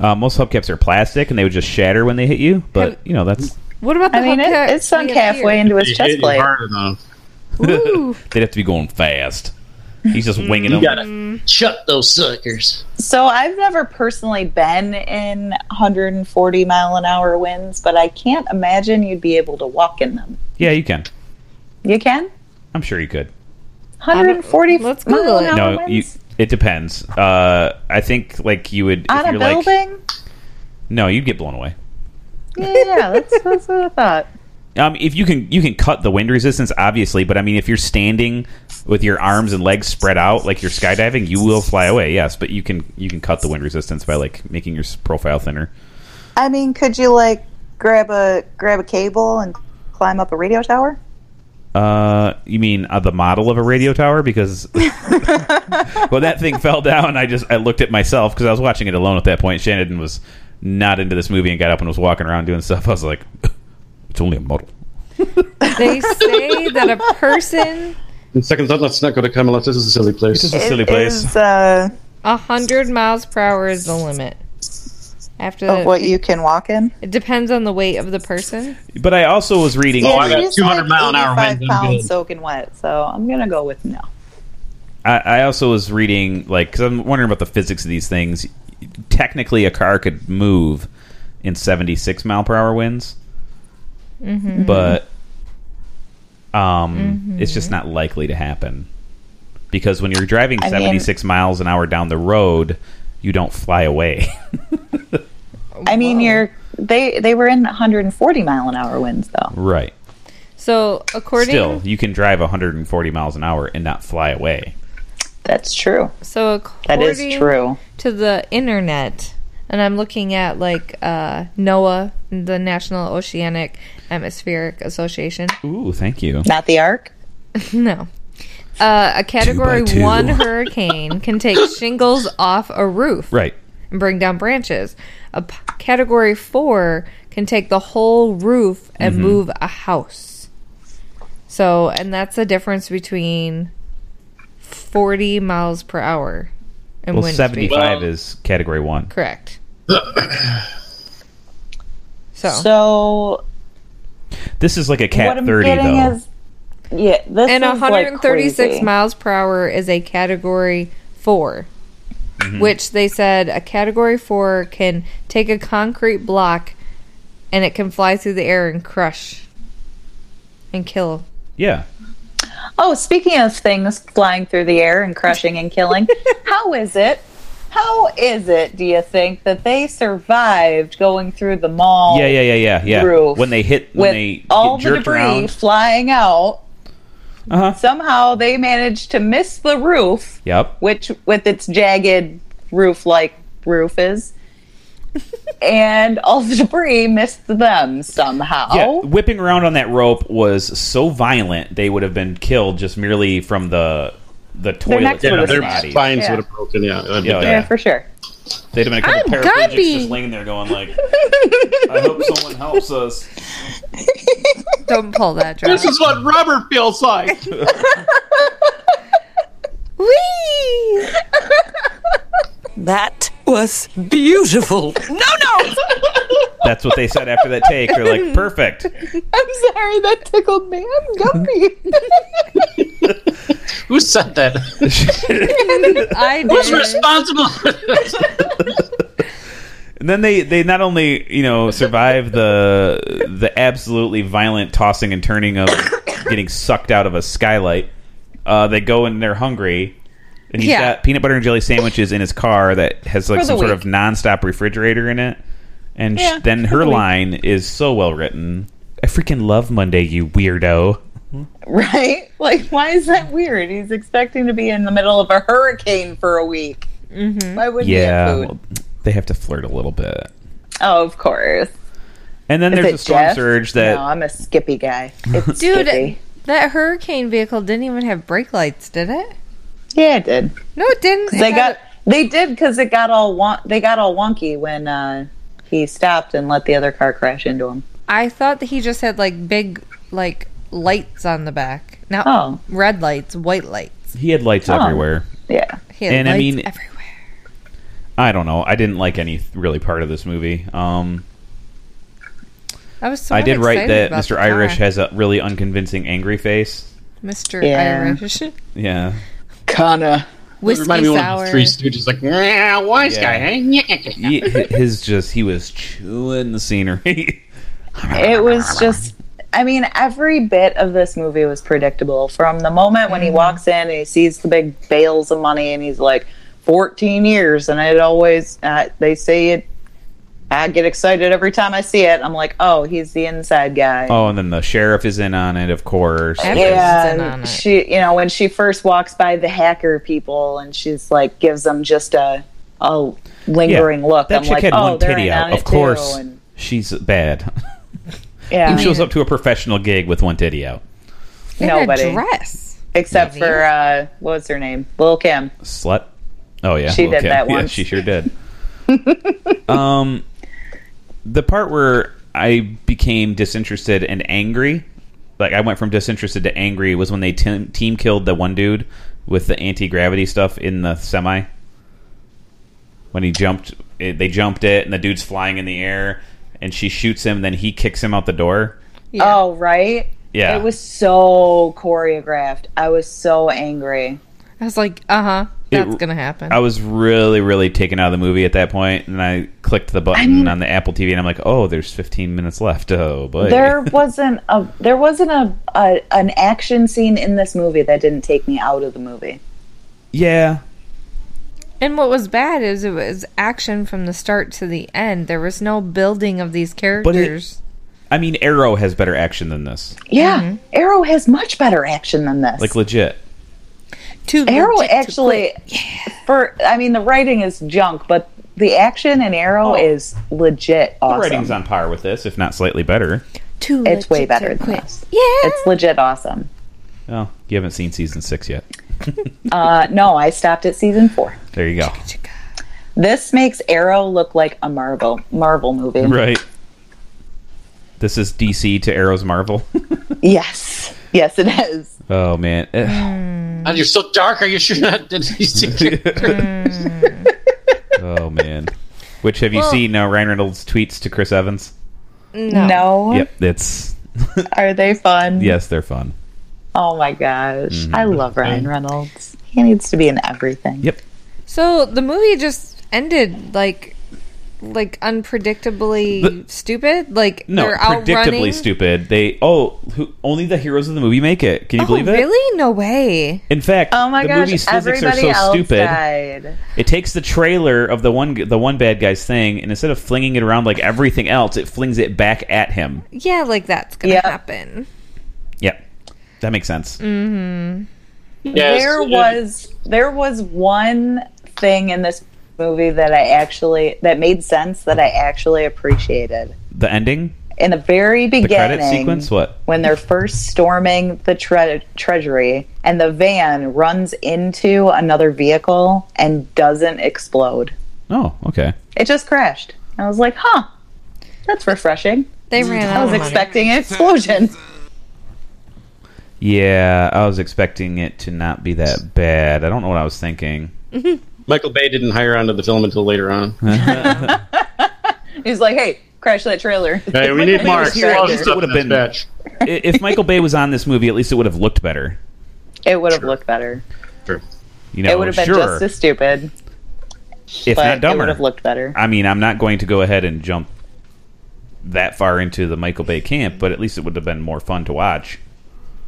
Uh, most hubcaps are plastic, and they would just shatter when they hit you. But you know that's
What about the
I mean, it,
hubcap
it sunk
we have
halfway
here?
into his
You hit
chest
it
plate.
hard enough.
they'd have to be going fast. He's just winging
You
them.
gotta chuck those suckers.
So I've never personally been in 140 mile an hour winds, but I can't imagine you'd be able to walk in them.
Yeah, you can.
You can?
I'm sure you could.
140
Let's
mile
Google
an
it.
hour
No, you,
winds
it depends. Uh, I think like you would if
on a
you're like
building?
no, you'd get blown away.
yeah, [laughs] that's, that's what I thought.
Um, if you can, you can cut the wind resistance, obviously. But I mean, if you're standing with your arms and legs spread out like you're skydiving, you will fly away. Yes, but you can you can cut the wind resistance by like making your s- profile thinner.
I mean, could you like grab a grab a cable and climb up a radio tower?
Uh, you mean uh, the model of a radio tower? Because [laughs] when that thing fell down, I just I looked at myself because I was watching it alone at that point. Shannon was not into this movie and got up and was walking around doing stuff. I was like, [laughs] it's only a model.
They say that a person
In second thought, let's not go to Camelot. This is a silly place.
This is a silly place.
Is, uh,
a hundred miles per hour is the limit. After
of
that,
what you can walk in.
it depends on the weight of the person.
But I also was reading.
Yeah,
Oh, I got
she's
200
like
mile an hour
85
winds, I'm
pounds
good.
soaking wet, so I'm gonna go with no.
I, I also was reading like because I'm wondering about the physics of these things. Technically, a car could move in 76 mile per hour winds,
Mm-hmm.
but um, it's just not likely to happen because when you're driving
I mean-
76 miles an hour down the road, you don't fly away. [laughs]
I mean, you're they they were in 140 mile an hour winds though.
right.
So according
Still, you can drive 140 miles an hour and not fly away.
That's true.
so according
That is true.
to the internet and i'm looking at like uh, noaa the national oceanic atmospheric association
Ooh, thank you.
Not the arc.
no uh, a category
two.
one hurricane can take shingles off a roof
Right.
and bring down branches a p- category four can take the whole roof and move a house so and that's the difference between 40 miles per hour and
Well,
wind speed.
75 is category one.
Correct. so,
So
This is like a
what
cat
I'm
30
getting
though.
is yeah, this
and
is
136
like crazy.
miles per hour is a category 4
Mm-hmm.
which they said a category four can take a concrete block and it can fly through the air and crush and kill.
yeah.
Oh, speaking of things flying through the air and crushing and
[laughs]
killing, how is it? How is it? Do you think that they survived going through the mall?
Yeah, yeah, yeah, yeah, yeah.
roof
when they hit,
with
when they
all
get
the
jerked
debris
around.
flying out.
Uh-huh.
Somehow they managed to miss the roof,
Yep.
which with its jagged roof-like roof
[laughs]
is, and all the debris missed them somehow.
Yeah, whipping around on that rope was so violent they would have been killed just merely from the the toilet
necks
to
would
Yeah,
have
their
their
body.
spines
Yeah.
would have broken. Yeah, that'd be
Yeah,
bad.
Yeah, for sure.
They'd have been a couple
I'm
paraplegics just
Gumby.
laying there going like, "I hope someone helps
[laughs]
us."
Don't
[laughs]
pull that drop.
This is what rubber feels like.
Whee!
That was beautiful. No, no!
That's what they said after that take. They're like, "Perfect."
I'm sorry that tickled me. I'm gumpy.
Who said that?
[laughs] I
Who's
did.
responsible for this?
And then they they not only you know survive the the absolutely violent tossing and turning of getting sucked out of a skylight. Uh, they go and they're hungry, and he's
Yeah.
got peanut butter and jelly sandwiches in his car that has like
the
some sort of
week.
nonstop refrigerator in it. And sh-
Yeah,
then
for
her
the week.
line is so well written. I freaking love Monday, you weirdo.
right? Like, why is that weird? He's expecting to be in the middle of a hurricane for a week. Mm-hmm. Why wouldn't
Yeah,
he have
well,
food?
they have to flirt a little bit.
Oh, of course.
And then
Is
there's
it
a storm
Jeff?
surge that
No, I'm a Skippy guy.
[laughs]
It's
Dude,
Skippy.
that hurricane vehicle didn't even have brake lights, did it?
Yeah, it did.
No, it didn't. It
They
had-
got they did because it got all won- they got all wonky when uh, he stopped and let the other car crash into him.
I thought that he just had like big like lights on the back. Not
Oh.
red lights, white lights.
he had lights everywhere.
Yeah,
He had
And I
lights
mean-
everywhere.
I don't know. I didn't like any really part of this movie. Um,
I was.
I did write that Mr.
Mr.
Irish has a really unconvincing angry face.
Mr.
Yeah.
Irish.
Yeah.
Kinda.
Whiskey
reminded me of one of
sour.
the Three Stooges, like, yeah, wise
Yeah.
guy, eh?
[laughs]
He- his just he was chewing the scenery. [laughs]
It was just. I mean, every bit of this movie was predictable. From the moment when he
Mm-hmm.
walks in and he sees the big bales of money, and he's like, 14 years, and it always. Uh, they say it. I get excited every time I see it. I'm like, oh, he's the inside guy.
oh, and then the sheriff is in on it, of course.
Yeah, she, you know, when she first walks by the hacker people, and she's like, gives them just a a lingering
Yeah,
look.
That
I'm
chick
like,
had
oh,
one
they're
titty
in
out.
on it
Of course,
too," and- Oh,
she's bad. [laughs]
yeah,
Who shows up to a professional gig with one titty out?
In
nobody
a dress.
except
maybe.
for uh, what was her name, Lil Kim.
Slut. Oh yeah,
She did
[laughs]
that
Yeah,
once.
she sure
[laughs]
did. um, the part where I became disinterested and angry, like I went from disinterested to angry, was when they team, team killed the one dude with the anti gravity stuff in the semi. When he jumped, it, they jumped it, and the dude's flying in the air, and she shoots him, then he kicks him out the door.
Oh, right.
Yeah.
it was so choreographed. I was so angry.
I was like, uh huh,
It-
that's gonna happen.
I was really, really taken out of the movie at that point, and I clicked the button on the Apple TV, and I'm like, "Oh, there's 15 minutes left." Oh, boy. [laughs]
There [laughs] wasn't a there wasn't a, a an action scene in this movie that didn't take me out of the movie.
yeah,
and what was bad is it was action from the start to the end. There was no building of these characters.
I mean, Arrow has better action than this,
Yeah, Mm-hmm. Arrow has much better action than this.
like legit.
Too
Arrow
legit to
actually for I mean the writing is junk, but the action in
Oh.
Arrow is legit awesome.
The writing's on par with this, if not slightly better.
Too
it's way
legit
better
to
than
quit.
this.
Yeah.
It's legit awesome.
Oh, you haven't seen season six yet.
Uh, no, I stopped at season four.
There you go.
This makes Arrow look like a Marvel Marvel movie.
Right. This is DC to Arrow's Marvel. [laughs]
Yes. Yes, it is.
oh man, Ugh.
Oh, you're so dark. Are you sure not? Did he see-
oh man. Which have you
Well-
seen uh, Ryan Reynolds' tweets to Chris Evans?
No.
Yep, it's
Are they fun?
yes, they're fun.
Oh my gosh. I love Ryan Reynolds. He needs to be in everything.
Mm-hmm. Yep.
So the movie just ended like like unpredictably stupid. Like
No,
they're out
predictably
running.
stupid. They oh, who, only the heroes of the movie make it. Can you
Oh,
believe it?
really? No way.
In fact,
Oh my
the
gosh,
movie's physics are
everybody
so
else
stupid.
died.
It takes the trailer of the one the one bad guy's thing, and instead of flinging it around like everything else, it flings it back at him.
Yeah, like that's gonna
Yep.
happen.
Yep, that makes sense.
Mm.
Yes,
there
it-
was there was one thing in this movie that I actually that made sense that I actually appreciated.
The ending,
In the very
the
beginning
credit sequence, what?
when they're first storming the tre- treasury and the van runs into another vehicle and doesn't explode.
Oh, okay.
It just crashed. I was like, "Huh. That's refreshing."
They ran
I
out
was
of money.
expecting an explosion.
Yeah, I was expecting it to not be that bad. I don't know what I was thinking.
Michael Bay didn't hire onto the film until later on.
He's like, "Hey, crash that trailer."
Hey, we need Mark.
here, at
Well,
least it
it's
would've
up in
been-
this batch.
I- if Michael Bay was on this movie, at least it would have looked better.
It would have looked better.
Sure.
You know,
it would have been
Oh, sure,
just as stupid,
if
but
not
it would
dumber.
have looked better.
I mean, I'm not going to go ahead and jump that far into the Michael Bay camp, but at least it would have been more fun to watch.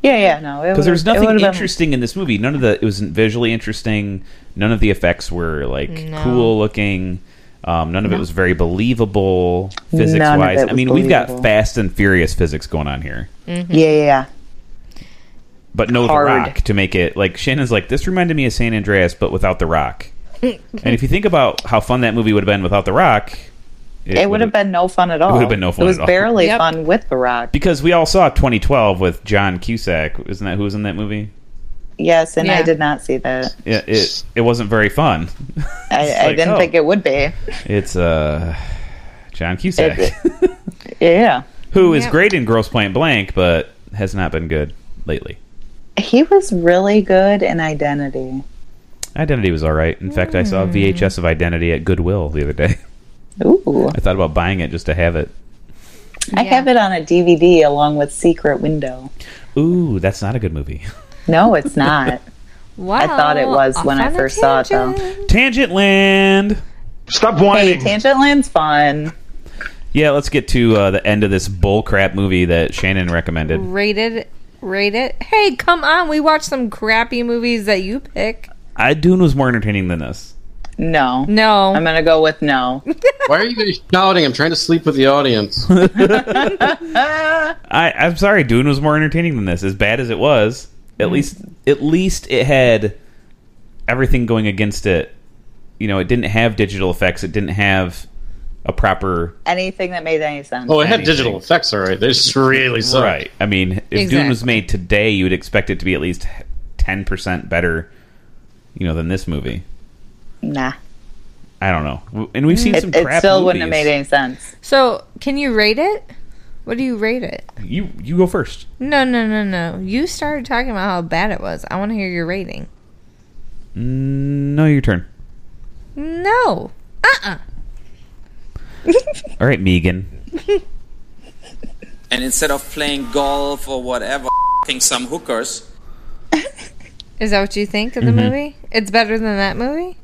Yeah, yeah, no.
because there was nothing interesting in this movie. None of the it wasn't visually interesting. None of the effects were like cool looking. Um, none of it was very believable physics wise.
None of it
I mean,
was
we've got
believable.
Fast and Furious physics going on here,
Yeah, yeah, yeah.
but no
Hard.
The Rock to make it like Shannon's like this reminded me of San Andreas, but without The Rock. and if you think about how fun that movie would have been without The Rock,
It would have been no fun at all.
would've been no fun
It was
at all.
barely
Yep.
fun with The Rock.
because we all saw 2012 with John Cusack. Isn't that who was in that movie?
Yes, and I
Yeah.
did not see that.
Yeah, it it wasn't very fun.
I,
It's
I
like,
didn't
oh.
think it would be.
It's uh John Cusack.
It- Yeah,
[laughs] who is
Yeah.
great in Gross Point Blank, but has not been good lately.
he was really good in Identity.
Identity was all right. In fact, I saw a VHS of Identity at Goodwill the other day. [laughs]
Ooh.
I thought about buying it just to have it.
I have it on a DVD along with Secret Window.
Ooh, that's not a good movie. [laughs]
No, [laughs] it's not.
Wow.
I thought it was when I first saw it though.
Tangent Land.
Stop whining. Hey, Tangent Land's fun.
Yeah, let's get to uh, the end of this bullcrap movie that Shannon recommended.
Rated, rate it. Hey, come on, we watch some crappy movies that you pick.
I Dune was more entertaining than this.
No.
No.
I'm gonna go with no.
Why are you guys shouting? I'm trying to sleep with the audience.
I, I'm sorry, Dune was more entertaining than this. As bad as it was,
Mm-hmm.
at least at least it had everything going against it. You know, it didn't have digital effects. It didn't have a proper
Anything that made any sense.
Oh, it had digital effects, all right. They just really sucked.
right. I mean, if Dune was
Exactly.
made today, you would expect it to be at least ten percent better. You know, than this movie.
Nah.
I don't know. W- And we've seen
it,
some
Mm. it
crap
still
movies.
wouldn't have made any sense.
So, can you rate it? What do you rate it?
You you go first.
No, no, no, no. You started talking about how bad it was. I want to hear your rating.
Mm, No, your turn.
No. Uh-uh.
All right, Megan.
And instead of playing golf or whatever, think some hookers.
Is that what you think of the
Mhm.
Mm-hmm.
movie? It's better than that movie?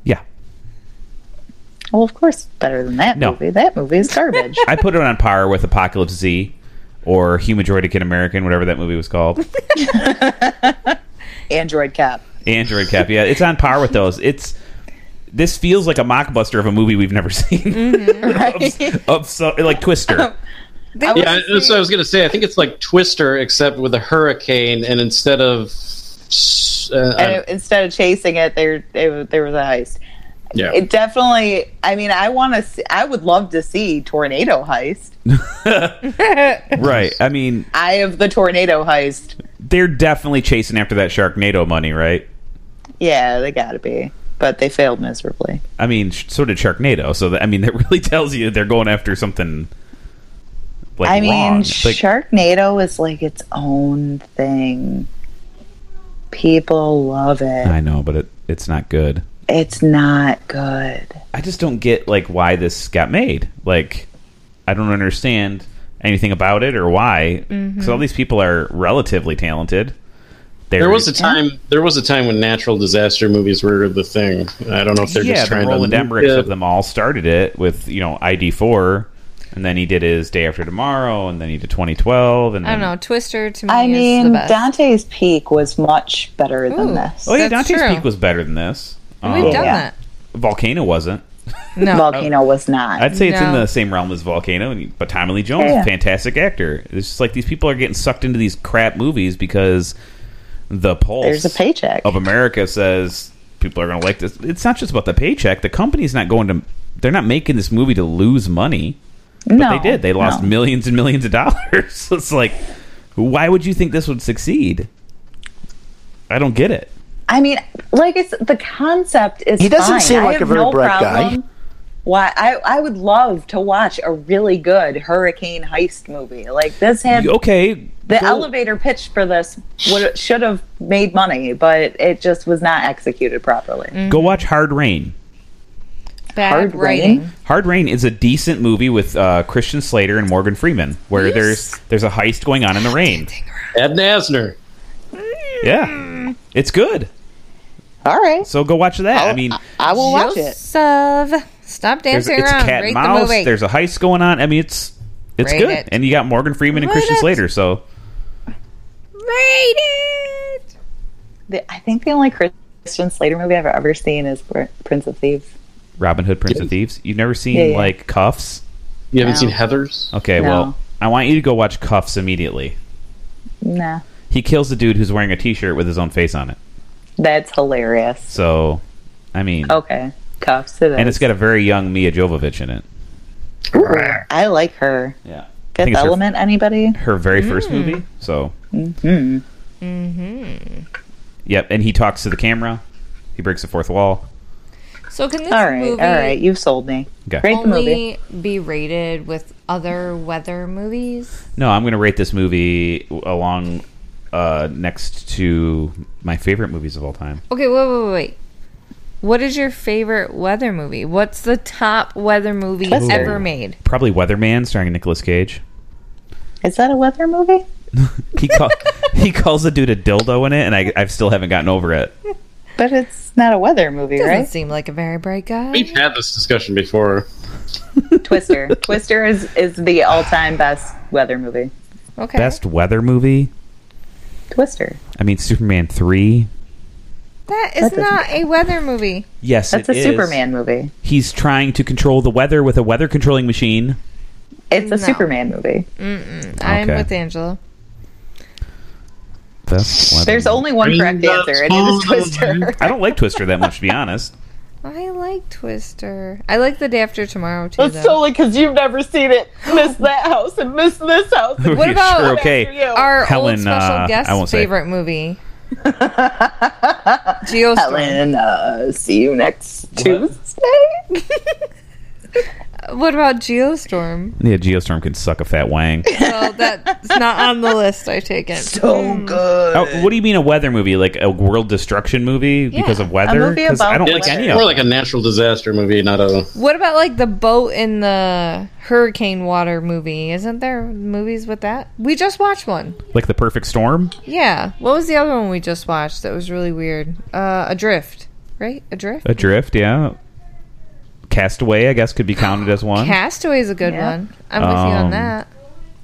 Well, of course, better than that
No.
movie. That movie
[laughs]
is garbage.
I put it on par with Apocalypse Z or Humanoid Kid American, whatever that movie was
[laughs]
called.
Android Cap.
Android Cap. Yeah, it's on par with those. It's this feels like a mockbuster of a movie we've never [laughs] seen.
Mm-hmm.
of so, like
Oh,
Twister.
yeah, that's what I was gonna say. I think it's like Twister, except with a hurricane, and instead of uh,
[laughs] and it, instead of chasing it, there it, was- there was a heist.
yeah,
It definitely. I mean, I want to. I would love to see tornado heist.
[laughs] right. I mean,
Eye of the tornado heist.
they're definitely chasing after that Sharknado money, right?
Yeah, they gotta be. But they failed miserably.
I mean, sh- so did Sharknado. So that, I mean, that [laughs] really tells you they're going after something. Like
I mean,
wrong. Like,
Sharknado is like its own thing. People love it.
I know, but it, it's not good.
It's not good.
I just don't get like why this got made. Like, I don't understand anything about it or why. Because
Mm-hmm.
Mhm.
all these people are relatively talented. They're-
there was a time. There was a time when natural disaster movies were the thing. I don't know if they're
yeah,
just
the
trying
Roland
to.
Emmerichs of them all started it with you know ID four, and then he did his Day After Tomorrow, and then he did 2012, and
I don't
then
know. Twister to me
I
is the
mean,
best.
Dante's Peak was much better than this.
oh yeah,
That's
Dante's
true.
Peak was better than this. Um,
We've done Yeah. that.
Volcano wasn't.
No.
Volcano was not.
I'd say it's in
No.
the same realm as Volcano, and- but Tommy Lee Jones,
Yeah.
fantastic actor. It's just like these people are getting sucked into these crap movies because the pulse
There's a paycheck.
of America says people are going to like this. It's not just about the paycheck. The company's not going to. They're not making this movie to lose money. But
No,
they did. They lost
no.
millions and millions of dollars. [laughs] So it's like, why would you think this would succeed? I don't get it.
I mean, like it's the concept is.
He doesn't
fine.
seem
I
like a
have
very
no
bright guy.
problem. Why I, I would love to watch a really good hurricane heist movie. Like this had
Okay,
the
go-
elevator pitch for this would should have made money, but it just was not executed properly.
Go watch Hard Rain.
Bad
Hard
writing.
Hard Rain is a decent movie with uh, Christian Slater and Morgan Freeman, where there's there's a heist going on in the rain.
Ed Asner.
Hmm.
Yeah, it's good.
All right.
So go watch that. i mean,
I will watch it.
Joseph, stop
there's,
dancing
it's
around.
cat and
Rate
mouse.
the movie.
There's a heist going on. I mean, it's it's
Rate
good,
it.
and you got Morgan Freeman and
Rate
Christian
it.
Slater. So
Rate it.
The- I think the only Christian Slater movie I've ever seen is Pr- Prince of Thieves.
Robin Hood, Prince of Thieves. You've never seen
Yeah, yeah.
like Cuffs.
You haven't
No.
seen Heather's?
Okay,
No.
well, I want you to go watch Cuffs immediately.
Nah,
He kills the dude who's wearing a T-shirt with his own face on it.
that's hilarious.
So, I mean,
Okay, cuffs it is.
and it's got a very young Mia Jovovich in it.
Ooh, I like her.
Yeah. think
Fifth
it's her-
Element. anybody?
her very
Mm.
first movie. So,
Mm-hmm.
Mm-hmm.
yep. And he talks to the camera. He breaks the fourth wall.
So can this
All right,
movie
all right. You've sold me.
Okay.
Rate the movie.
only be rated with other weather movies?
No, I'm going to rate this movie along uh, next to my favorite movies of all time.
Okay, wait, wait, wait, wait. What is your favorite weather movie? What's the top weather movie
Ooh.
ever made?
Probably Weatherman starring Nicolas Cage.
Is that a weather movie?
He
[laughs]
call, he calls the dude a dildo in it, and I, I still haven't gotten over it.
But it's not a weather movie,
Doesn't
right?
seem like a very bright guy.
We've had this discussion before.
Twister. [laughs] Twister is is the all time best weather movie.
Okay.
Best weather movie?
Twister.
I mean, Superman 3.
That is not a weather movie.
Yes,
That's
it
a
is.
Superman movie.
He's trying to control the weather with a weather controlling machine.
It's a Superman movie.
Mm-mm. I'm
Okay.
with Angela.
Best weather
There's
movie.
only one correct answer, and it is Twister. [laughs]
I don't like Twister that much, to be honest.
I like Twister. I like The Day After Tomorrow too.
It's
Though.
totally because you've never seen it.
[gasps]
Miss that house and miss this house.
What [laughs] You're about- sure okay.
our
Helen,
old special
uh,
guest
I won't say. [laughs]
favorite movie? Geostorm.
Helen, uh, see you next Tuesday.
What about Geostorm?
Yeah, Geostorm can suck a fat wang.
[laughs] well, that's not on the list. I take it.
So good.
Oh, what do you mean a weather movie? Like a world destruction movie because
Yeah,
of weather?
a movie
'Cause I
about
don't
It's
like any of them.
more like a natural disaster movie, not a.
What about like the boat in the hurricane water movie? Isn't there movies with that? We just watched one.
Like the perfect storm?
Yeah. What was the other one we just watched that was really weird? Uh, Adrift, right?
Uh,
Adrift.
Adrift, yeah. Castaway, I guess, could be counted as one.
Castaway is a good
Yeah.
one. I'm with you on
Um,
that.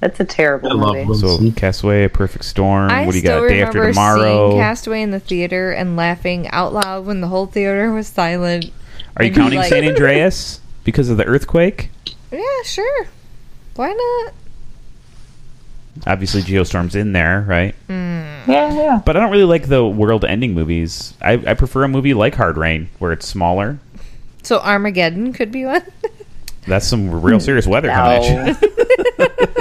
That's a terrible movie.
So Castaway, Perfect Storm.
I
what do you
still
got? Day after
remember
tomorrow.
seeing Castaway in the theater and laughing out loud when the whole theater was silent.
Are you
And he,
counting
like-
San Andreas because of the earthquake?
Yeah, sure. Why not?
Obviously, Geostorm's in there, right?
Yeah, yeah.
But I don't really like the world-ending movies. I, I prefer a movie like Hard Rain, where it's smaller.
So Armageddon could be one. [laughs]
That's some
Hmm.
real serious weather coming. at you.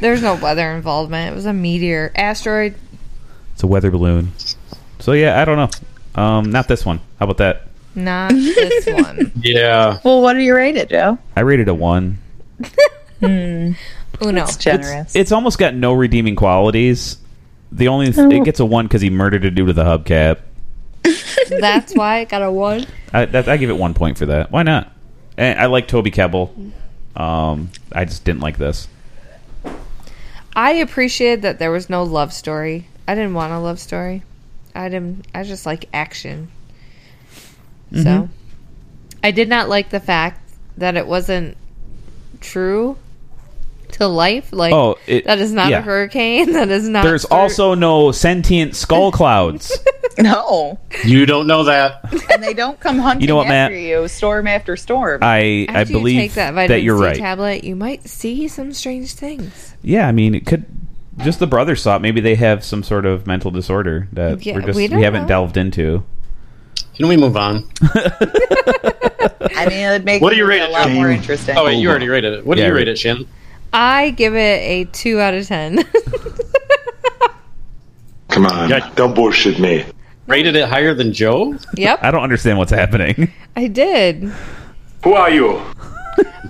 There's no weather involvement. It was a meteor, asteroid.
It's a weather balloon. So yeah, I don't know. Um, not this one. How about that?
Not this one.
Yeah,
Well, what do you rate it, Joe?
I rated a one.
Uno.
It's generous.
It's almost got no redeeming qualities. The only th- it gets a one because he murdered a dude with a hubcap.
That's why it got
[laughs]
a one.
I, that, I give it one point for that. Why not? And I like Toby Kebbell. Um, I just didn't like this.
I appreciated that there was no love story. I didn't want a love story. I didn't. I just like action.
Mm-hmm.
So, I did not like the fact that it wasn't true to life. Like,
Oh, it-
that is not
yeah.
a hurricane. [laughs] That is not.
There's
true-
also no sentient
[laughs]
skull clouds.
[laughs] no,
you don't know that.
and they don't come hunting
know what,
after
Matt?
you, storm after storm.
I I
After
believe
you take that, vitamin
that you're
C
right.
Tablet, you might see some strange things.
Yeah, I mean, it could just the brothers thought maybe they have some sort of mental disorder that
Yeah,
we're just
we
we,
don't
haven't
know.
delved into.
Can we move on?
I mean, it makes
What do you rate
a
it,
lot
Joe?
more interesting.
Oh wait, you already rated it. What do
Yeah,
you
I
rate
ra-
it, Shannon?
I give it a two out of ten. [laughs]
Come on,
Yeah.
don't bullshit me.
Rated it higher than Joe?
yep,
I don't understand what's happening.
I did.
Who are you?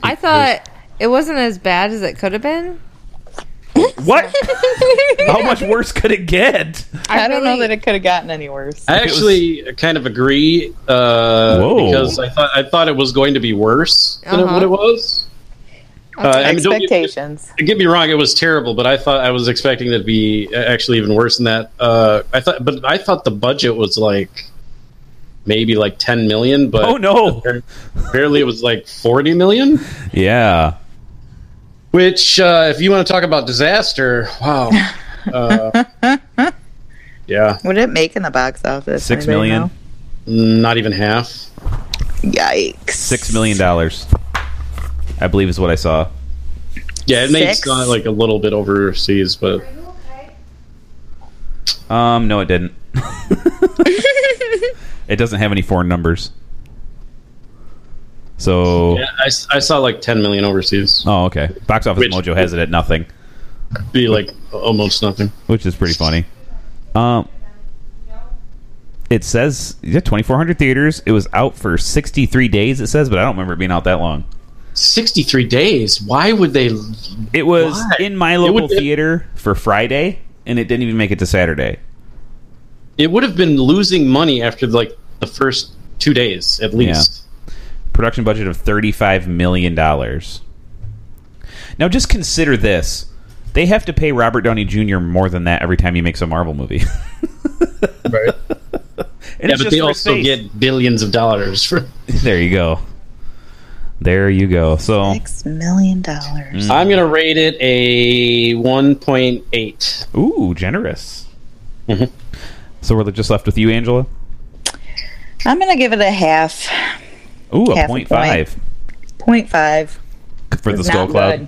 I thought it wasn't as bad as it could have been.
what? How much worse could it get?
I, don't know
really-
that it could have gotten any worse.
I
It was-
actually kind of agree uh,
Whoa.
because I thought I thought it was going to be worse than
Uh-huh.
what it was. Uh, I mean, don't get-
Expectations.
Don't get me wrong; it was terrible, but I thought I was expecting it to be uh, actually even worse than that. Uh, I thought, but I thought the budget was like maybe like ten million, but
Oh, no.
barely it was like forty million.
Yeah.
Which, uh, if you want to talk about disaster, wow, uh, yeah,
Would it make in the box office?
Six
Anybody
million.
know?
not even half.
Yikes.
Six million dollars. I believe is what I saw.
Yeah, it makes
Six?
uh, like a little bit overseas, but
Um, no, it didn't. it doesn't have any foreign numbers. So,
yeah, I, s- I saw like ten million overseas.
oh, okay. Box Office
Which-
Mojo has it at nothing,
Be like almost nothing.
which is pretty funny. Um, it says yeah, twenty four hundred theaters. It was out for sixty three days. It says, but I don't remember it being out that long.
Sixty-three days. Why would they?
It was
Why?
in my
It
local
would- it-
theater for Friday, and it didn't even make it to Saturday.
It would have been losing money after like the first two days at least.
Production budget of $35 million. Now, just consider this. They have to pay Robert Downey Jr. more than that every time he makes a Marvel movie. [laughs]
Right.
And
yeah,
it's
but
just
they
for
also
space.
get billions of dollars for.
[laughs] there you go. There you go. So
Six million dollars.
Mm. Hmm.
I'm gonna rate it a 1.8.
Ooh, generous.
Mm-hmm.
So we're just left with you, Angela.
I'm gonna give it a half.
Ooh, a
Half a
point five
Point five.
for the
It's
Skull
not
Cloud.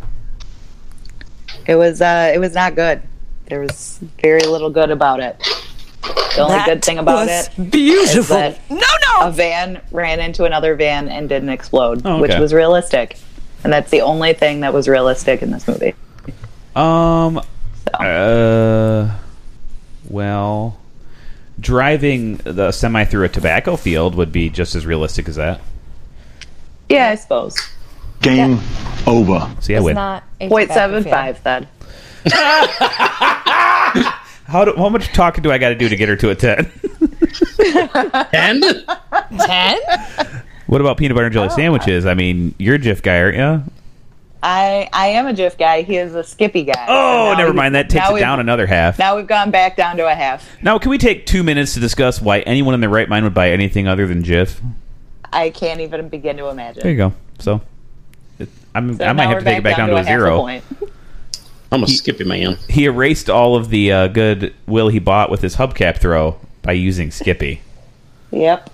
good. It was uh it was not good. There was very little good about it. The only
That
good thing about
was
it
beautiful.
no no a van ran into another van and didn't explode,
Oh,
which
okay.
was realistic. And that's the only thing that was realistic in this movie.
Um. Uh. Well, driving the semi through a tobacco field would be just as realistic as that.
Yeah, I suppose.
Game over. See, I
It's
win.
not a
Point
tobacco
seven
field.
five then.
How do, how much talking do I got to do to get her to a ten? [laughs]
Ten?
Ten?
what about peanut butter and jelly sandwiches? I mean, you're a GIF guy, aren't you?
I I am a GIF guy. He is a Skippy guy.
Oh,
And now
never
he's-
mind. That takes
now
it
we've-
down another half.
Now we've gone back down to a half.
Now, can we take two minutes to discuss why anyone in their right mind would buy anything other than GIF?
I can't even begin to imagine.
There you go. So, it, I'm,
So
I might
now
have
we're
to take it back down to a
half
zero.
point.
I'm a skippy man.
He erased all of the uh, good will he bought with his hubcap throw by using Skippy.
Yep.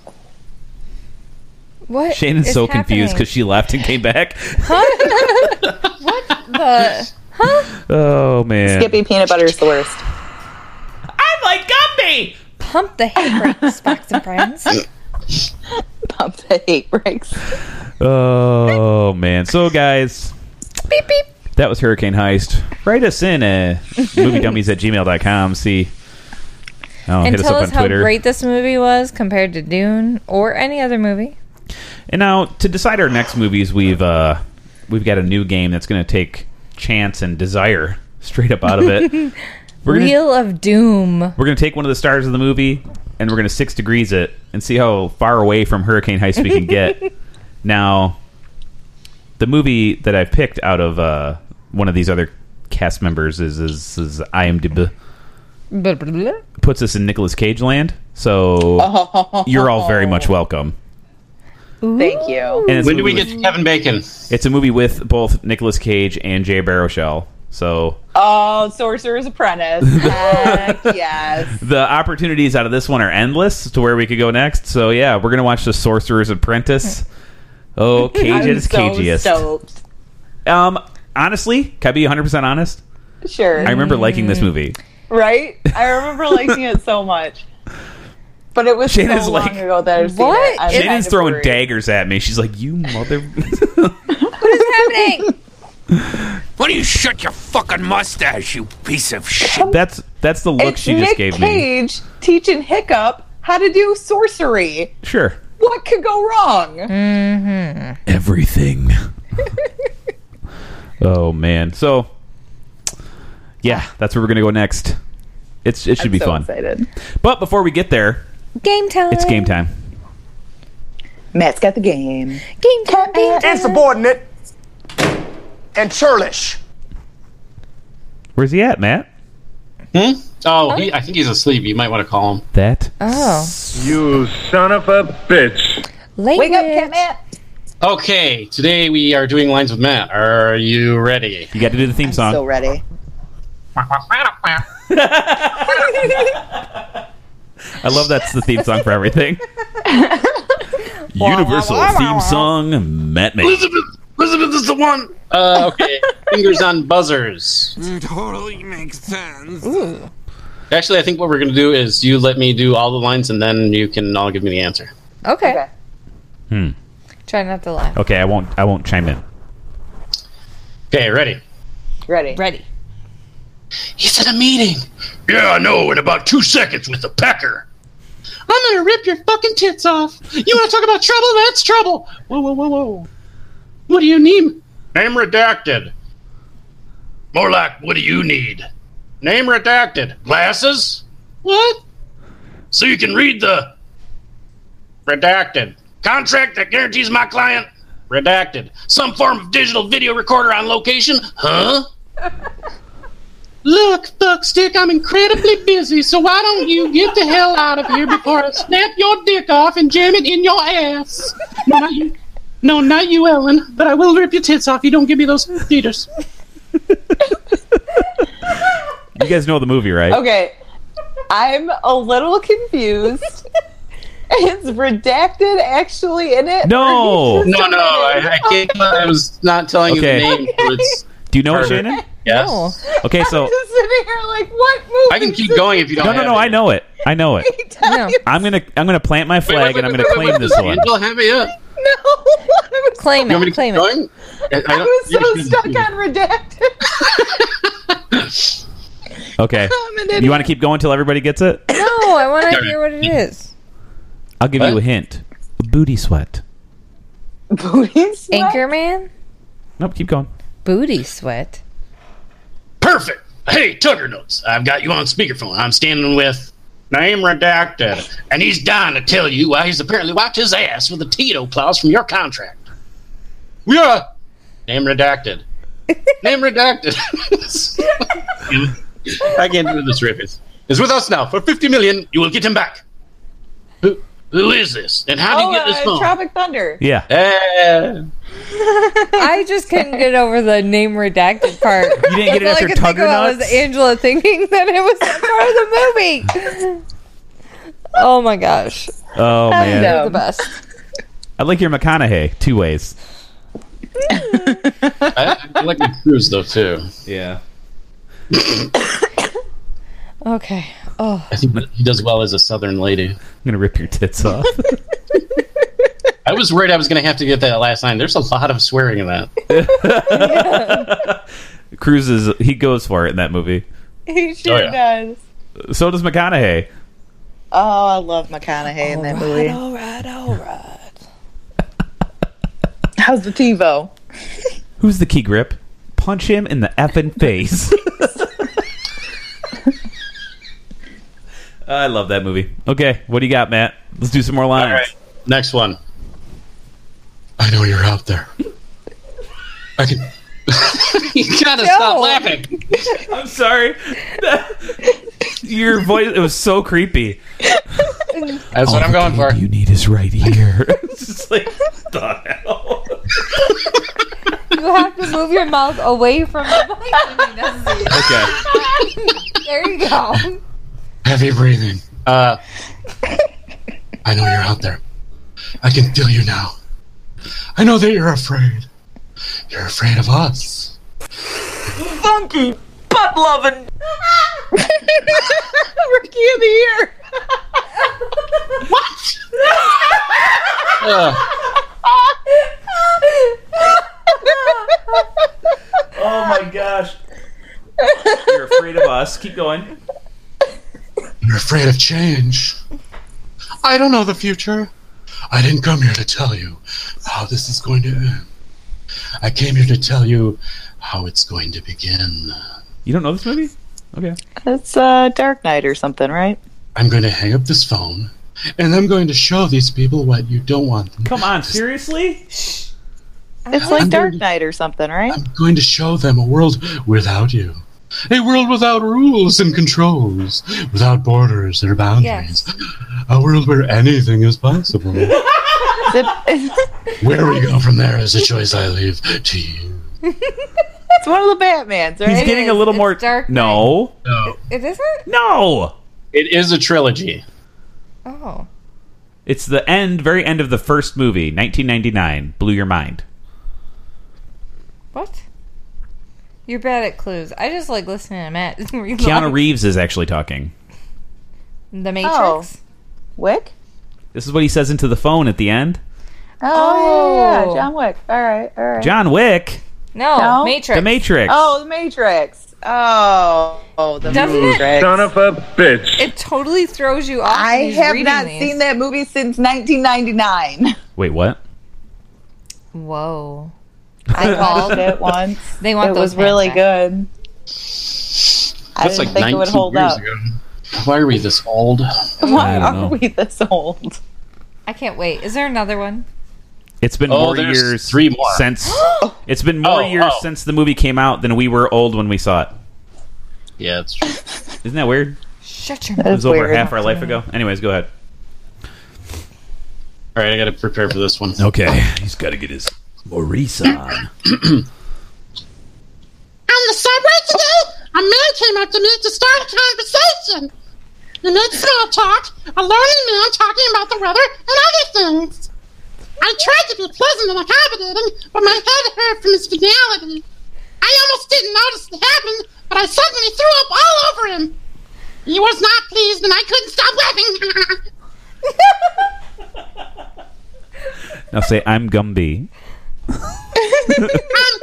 What?
Shannon's
is
so confused
happening?
because she left and came back. [laughs]
the
Oh man,
Skippy peanut butter is the worst. [laughs]
I'm like Gumby.
pump the hate brakes, Fox and Friends.
Pump the hate breaks.
Oh man. So guys,
Beep beep.
that was Hurricane Heist. Write us in uh, moviedummies at gmail.com. See, oh,
and
hit us
tell
up
us
on
how
Twitter.
great this movie was compared to Dune or any other movie.
And now to decide our next movies, we've uh, we've got a new game that's going to take chance and desire straight up out of
[laughs]
it. we're gonna,
Wheel of Doom.
we're going to take one of the stars of the movie and we're going to six degrees it and see how far away from Hurricane Heist we can get. now, the movie that I picked out of uh, one of these other cast members is is, is IMDb
Blah, blah, blah.
puts us in Nicolas Cage land. So you're all very much welcome.
Thank you.
And it's
When
a
do we
movie
get to Kevin Bacon?
It's a movie with both Nicolas Cage and Jay Baruchel. So
Oh,
[laughs]
Sorcerer's Apprentice. Heck yes.
the opportunities out of this one are endless to where we could go next. So yeah, we're gonna watch The Sorcerer's
[laughs]
Apprentice. Oh, Cage
I'm
is
so
cagiest.
stoked.
Um, honestly, can I be 100 percent honest?
Sure.
I remember liking this movie.
right? I remember liking it
[laughs]
so much. But it was
Shannon's
so long
like,
ago that I've seen
What?
it. I'm kind
Shannon's
of
throwing
worried.
daggers at me. She's like,
[laughs]
"You mother."
Happening.
Why do you shut your fucking mustache, you piece of shit?
[laughs] that's that's the look
It's
she
Nick
just gave me.
Cage teaching Hiccup how to do sorcery.
Sure.
What could go wrong? [laughs]
Everything.
Oh man. So yeah, that's where we're gonna go next. It's it should
Ah. I'm
be
so
fun.
excited.
But before we get there,
Game time.
it's game time.
Matt's got the game.
Game time. Game time.
Insubordinate and churlish.
Where's he at, Matt?
Hmm? Oh, he, I think he's asleep. You might want to call him.
That
Oh,
You son of a bitch.
late
Wake up,
witch.
Cat Matt.
Okay, today we are doing lines with Matt. Are you ready?
you got to do the theme song.
So ready.
I love that's the theme song for everything. Universal theme song, Matt May.
Elizabeth, Elizabeth is the one. Uh, okay, fingers on buzzers.
It totally makes sense.
Actually, I think what we're gonna do is you let me do all the lines, and then you can all give me the answer.
Okay.
Okay.
Hmm.
Try not to laugh.
Okay, I won't. I won't chime in.
Okay, ready?
Ready.
Ready.
He's at a meeting.
Yeah, I know. In about two seconds with the pecker.
I'm gonna rip your fucking tits off. You want to talk about trouble? That's trouble. Whoa, whoa, whoa, whoa. What do you need?
Name redacted. More like, what do you need?
Name redacted.
Glasses?
What?
So you can read the
Redacted.
Contract that guarantees my client
Redacted.
some form of digital video recorder on location? Huh?
Look, fuckstick, I'm incredibly busy, so why don't you get the hell out of here before I snap your dick off and jam it in your ass? No, not you. No, not you, Ellen. But I will rip your tits off. You don't give me those feeders.
You guys know the movie, right?
Okay. I'm a little
[laughs]
confused. Is redacted actually in it?
No.
Or he's just
No, no, I, I can't. I was not telling
Okay.
you the name. so it's
Do you know it,
harder.
Shannon?
Yes.
Oh. Okay,
[laughs]
so
just sitting here like, what movie?
I can keep going if you don't.
no, no,
have
no.
it.
I know it. I know it.
No.
[laughs]
I'm gonna I'm gonna plant my flag and I'm gonna claim
wait,
this
wait,
one.
Angel, have it up.
Claim
You want me
it.
to
Claim
keep
it.
going? I,
I was so
don't-
stuck on redacted. [laughs]
Okay.
an
You want to keep going till everybody gets it?
No, I want to hear what it is.
I'll give you a hint. Booty sweat.
Booty sweat.
Anchorman.
Nope. Keep going.
Booty sweat.
Perfect. Hey, Tucker Notes, I've got you on speakerphone. I'm standing with
Name redacted.
and he's dying to tell you why he's apparently wiped his ass with a Tito clause from your contract.
Yeah. Name
[laughs]
redacted. Name redacted. I can't do this, Rufus. Is with us now for fifty million.
You will get him back.
Who,
who is this? And how
oh,
do you get this
uh,
phone?
Tropic Thunder.
Yeah.
Eh.
I just couldn't get over the name redacted part.
You didn't get it
That's all
after
I could think about
Tuggernuts?
was Angela thinking that it was that part of the movie. Oh my gosh.
Oh man.
That was the best.
I'd like your McConaughey two ways.
I, I like the cruise though too.
Yeah.
Okay. Oh.
I think that he does well as a Southern lady.
I'm gonna rip your tits off. [laughs]
I was worried I was going to have to get that last line. There's a lot of swearing in that.
Cruz is he goes for it in that movie.
He sure
yeah.
does.
So does McConaughey.
Oh, I love McConaughey in that movie.
All right, all right.
How's the TiVo?
Who's the key grip? Punch him in the [laughs] effing face. I love that movie. Okay, what do you got, Matt? Let's do some more lines.
Next one. I know you're out there. I can. [laughs] you gotta stop laughing.
I'm sorry. [laughs] Your voice it was so creepy.
That's what I'm going for.
You need is right here.
[laughs] It's just like the hell.
You have to move your mouth away from the mic when he does it.
Okay. [laughs]
There you go.
Heavy breathing. Uh, I know you're out there. I can feel you now. I know that you're afraid. You're afraid of us.
Funky butt loving.
Rookie of the year. what?
Ugh.
Oh my gosh. You're afraid of us. Keep going.
You're afraid of change. I don't know the future. I didn't come here to tell you how this is going to end. I came here to tell you how it's going to begin.
You don't know this movie? Okay.
It's uh, Dark Knight or something, right?
I'm going to hang up this phone, and I'm going to show these people what you don't want them.
Come on, seriously?
It's like Dark Knight or something, right?
I'm going to show them a world without you. A world without rules and controls, without borders or boundaries. A world where anything is possible.
Is it- [laughs]
where we go from there is a choice I leave to you.
it's one of the Batmans, right?
He's getting a little more
Dark
No.
No.
It isn't?
No.
It is a trilogy.
Oh.
It's the end, very end of the first movie, 1999. Blew your mind.
What? You're bad at clues. I just like listening to Matt. [laughs]
Keanu Reeves is actually talking.
The
Oh.
Matrix.
Wick?
This is what he says into the phone at the end.
Oh, Yeah, yeah, yeah, John Wick. All right, all right.
John Wick,
No,
No?
Matrix.
The Matrix.
Oh, the Matrix. Oh, oh the
Doesn't it-
Matrix.
of a bitch.
It totally throws you off.
I
when he's
have
reading
not
these.
seen that movie since 1999.
Wait, what?
Whoa.
I watched [laughs] it once.
They want
it
those
was really
pants back.
good. I didn't think it would hold up.
Why are we this old?
Why
I don't
are
know.
we this old?
I can't wait. Is there another one?
It's been
Oh,
more
there's
years
three more.
since it's been more
Oh,
years
oh.
since the movie came out than we were old when we saw it.
Yeah, it's true.
Isn't that weird?
Shut your
It
mouth.
was over half our life ago. Anyways, go ahead.
All right, I got to prepare for this one.
Okay, he's got to get his Maurice on.
On the subway today, a man came up to me to start a conversation. We made small talk, a lonely man talking about the weather and other things. I tried to be pleasant and accommodating, but my head hurt from his finality. I almost didn't notice it happened, but I suddenly threw up all over him. He was not pleased, and I couldn't stop laughing. [laughs]
Now say I'm Gumby.
I'm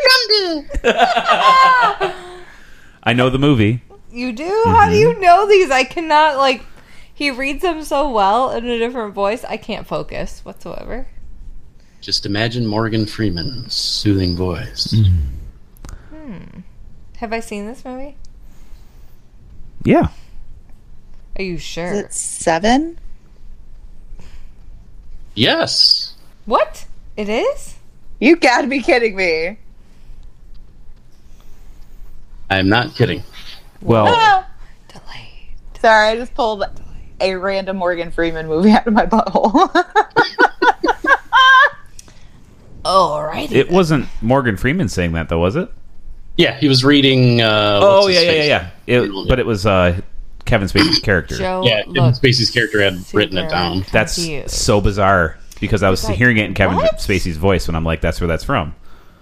Gumby.
I know the movie.
you do? How do you know these? I cannot like. He reads them so well in a different voice. I can't focus whatsoever.
Just imagine Morgan Freeman's soothing voice.
Hmm. Have I seen this movie?
Yeah.
Are you sure?
Is it seven?
Yes.
What? It is?
You gotta be kidding me.
I'm not kidding.
Well,
[laughs] Sorry, I just pulled a random Morgan Freeman movie out of my [laughs] butthole.
Alrighty.
it wasn't Morgan Freeman saying that though, was it?
Yeah, he was reading. Uh,
oh
what's
yeah,
his
yeah, yeah,
face?
yeah. It, but it was uh, Kevin Spacey's character.
Joe
Yeah, Kevin
looks
Spacey's character had written it down.
That's so bizarre because I was
Like,
hearing it in Kevin
what?
Spacey's voce, and I'm like, "That's where that's from."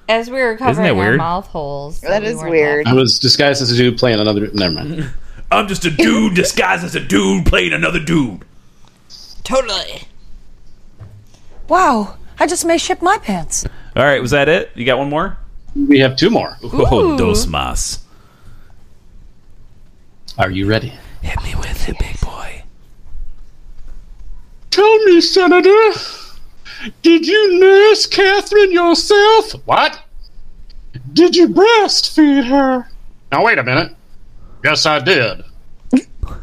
As we were
that
covering our
weird?
mouth holes,
That
we
is
weren't
weird.
I was disguised as a dude playing another. Never
[laughs]
mind.
I'm just a dude disguised as a dude playing another dude.
laughing. Totally.
Wow, I just may ship my pants.
All right, was that it? You got one more?
We have two more.
Oh,
Ooh.
dos mas.
Are you ready?
Hit me with it, big boy.
Tell me, Senator, did you nurse Catherine yourself?
What?
Did you breastfeed her?
Now wait a minute. Yes, I did.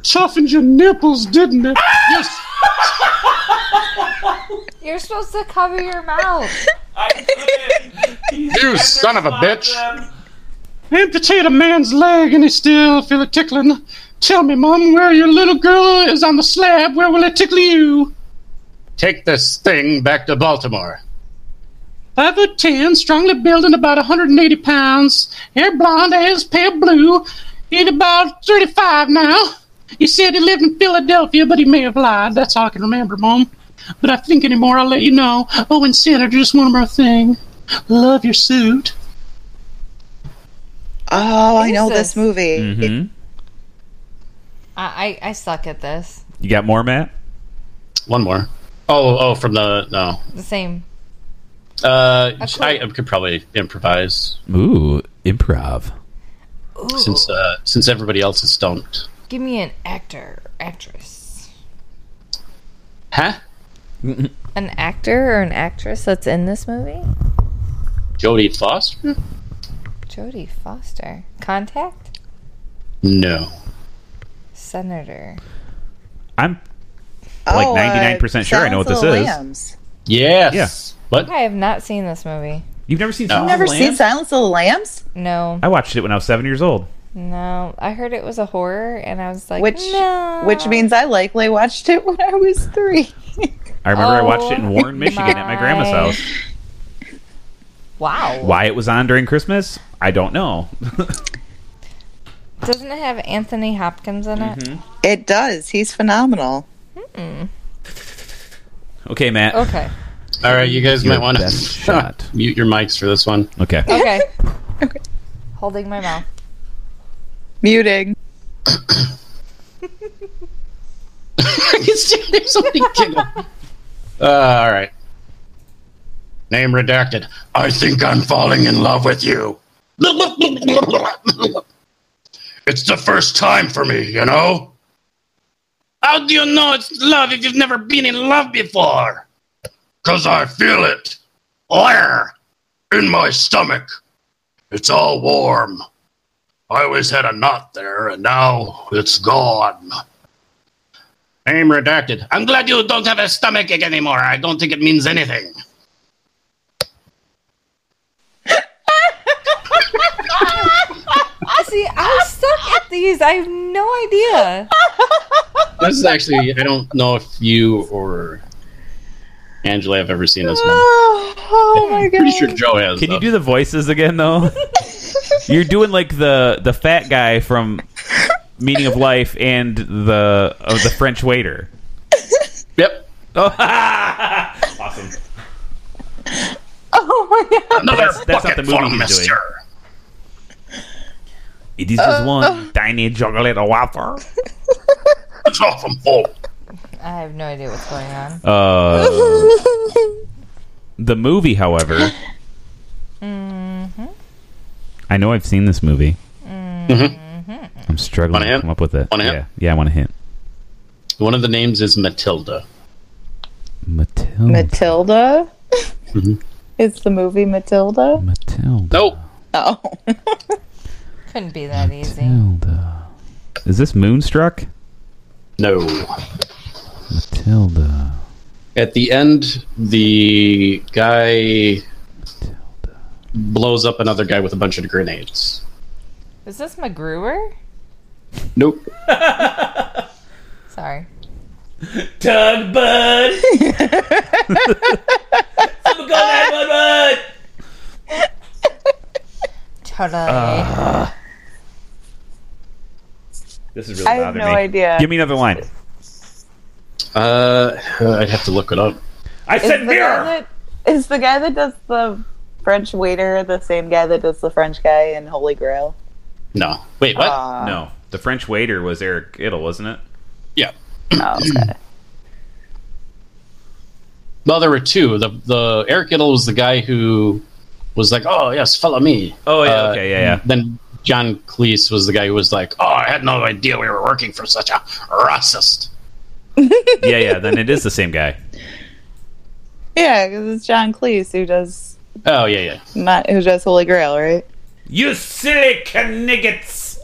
Toughened your nipples, didn't it?
Ah!
Yes.
You're supposed to cover your
[laughs]
mouth.
You son of a bitch.
Amputate a man's leg and he still feel it tickling. Tell me, Mom, where your little girl is on the slab. Where will it tickle you?
Take this thing back to Baltimore.
Five foot ten, strongly built and about 180 pounds. Hair blonde, eyes pale blue. He's about 35 now. He said he lived in Philadelphia, but he may have lied. That's all I can remember, Mom. But I think anymore, I'll let you know. Oh, and Senator, just one more thing. Love your suit.
Oh, I know
Jesus.
this movie.
hmm
I, I I suck at this.
You got more, Matt?
One more. Oh, oh, from the no.
The same.
Uh,
A quote.
I, I could probably improvise
Ooh, improv.
Ooh,
since uh, since everybody else is stumped.
give me an actor, or actress,
Huh?
an actor or an actress that's in this movie.
Jodie Foster?
Hmm. Jodie Foster, Contact,
No.
Senator.
I'm like
Oh, uh,
99% sure I know what this
Silence of
is.
the Lambs.
Yes. What?
I have not seen this movie.
You've never seen
No.
Silence
Never
of the
seen
Lambs?
Silence of the Lambs?
No,
I watched it when I was seven years old.
no. I heard it was a horror, and I was like,
Which
no.
which means I likely watched it [laughs] when I was three.
I remember I watched it
Oh,
in Warren, Michigan at my grandma's
my.
house.
wow.
Why it was on during Christmas, I don't know. [laughs]
Doesn't it have Anthony Hopkins in it?
It does. He's phenomenal.
Mm-mm.
Okay, Matt.
Okay.
All right, you guys
Your
might want [laughs]
best
to mute your mics for this one.
Okay.
[laughs] Okay. Holding my mouth.
Muting.
There's something giggle.
[laughs] Uh, all right. Name redacted. I think I'm falling in love with you. It's the first time for me, you know?
How do you know it's love if you've never been in love before?
Cause I feel it. Where? In my stomach. It's all warm. I always had a knot there, and now it's gone. I'm redacted. I'm glad you don't have a stomach ache anymore. I don't think it means anything.
Ah, See, I'm stuck at these. I have no idea.
This is actually, I don't know if you or Angela have ever seen this one.
Oh, [sighs] oh my god.
Pretty sure Joe has.
Can you do the voices again, though? You're doing like the the fat guy from Meaning of Life and the of the French
[laughs]
waiter.
Yep.
Oh, awesome.
Oh my god.
That's, that's not the movie he's doing. It is just one tiny chocolate wafer.
It's not from fault.
I have no idea what's going on.
Uh, the movie, however,
Mm-hmm.
I know I've seen this movie. I'm struggling
Want a
to
hint?
come up with it.
Want a hint?
yeah, yeah, I want a hint.
One of the names is Matilda.
Matilda?
Mm-hmm.
[laughs]
Mhm.
It's the movie Matilda?
Matilda.
Nope.
Oh.
Couldn't be that easy.
Is this Moonstruck?
No.
Matilda.
At the end, the guy blows up another guy with a bunch of grenades.
Is this McGruer?
Nope.
Sorry.
Tug bud.
[laughs]
Someone call that one bud.
Totally.
Ah. this is really
I have
bothering
no
me.
idea.
Give me another line.
Uh, I'd have to look it up.
I
Is the guy that- Is the guy that does the French waiter the same guy that does the French guy in Holy Grail? Ah,
No. Wait, what?
Uh,
no, the French waiter was Eric Idle, wasn't it?
Yeah.
Oh, okay.
Well, there were two. The the Eric Idle was the guy who was like, "Oh yes, follow me."
Oh yeah,
Uh,
okay, yeah, yeah.
Then John Cleese was the guy who was like, "Oh, I had no idea we were working for such a racist."
yeah, yeah. Then it is the same guy.
Yeah, because it's John Cleese who does
Oh yeah, yeah.
not who does Holy Grail, right?
[laughs] You silly canigots!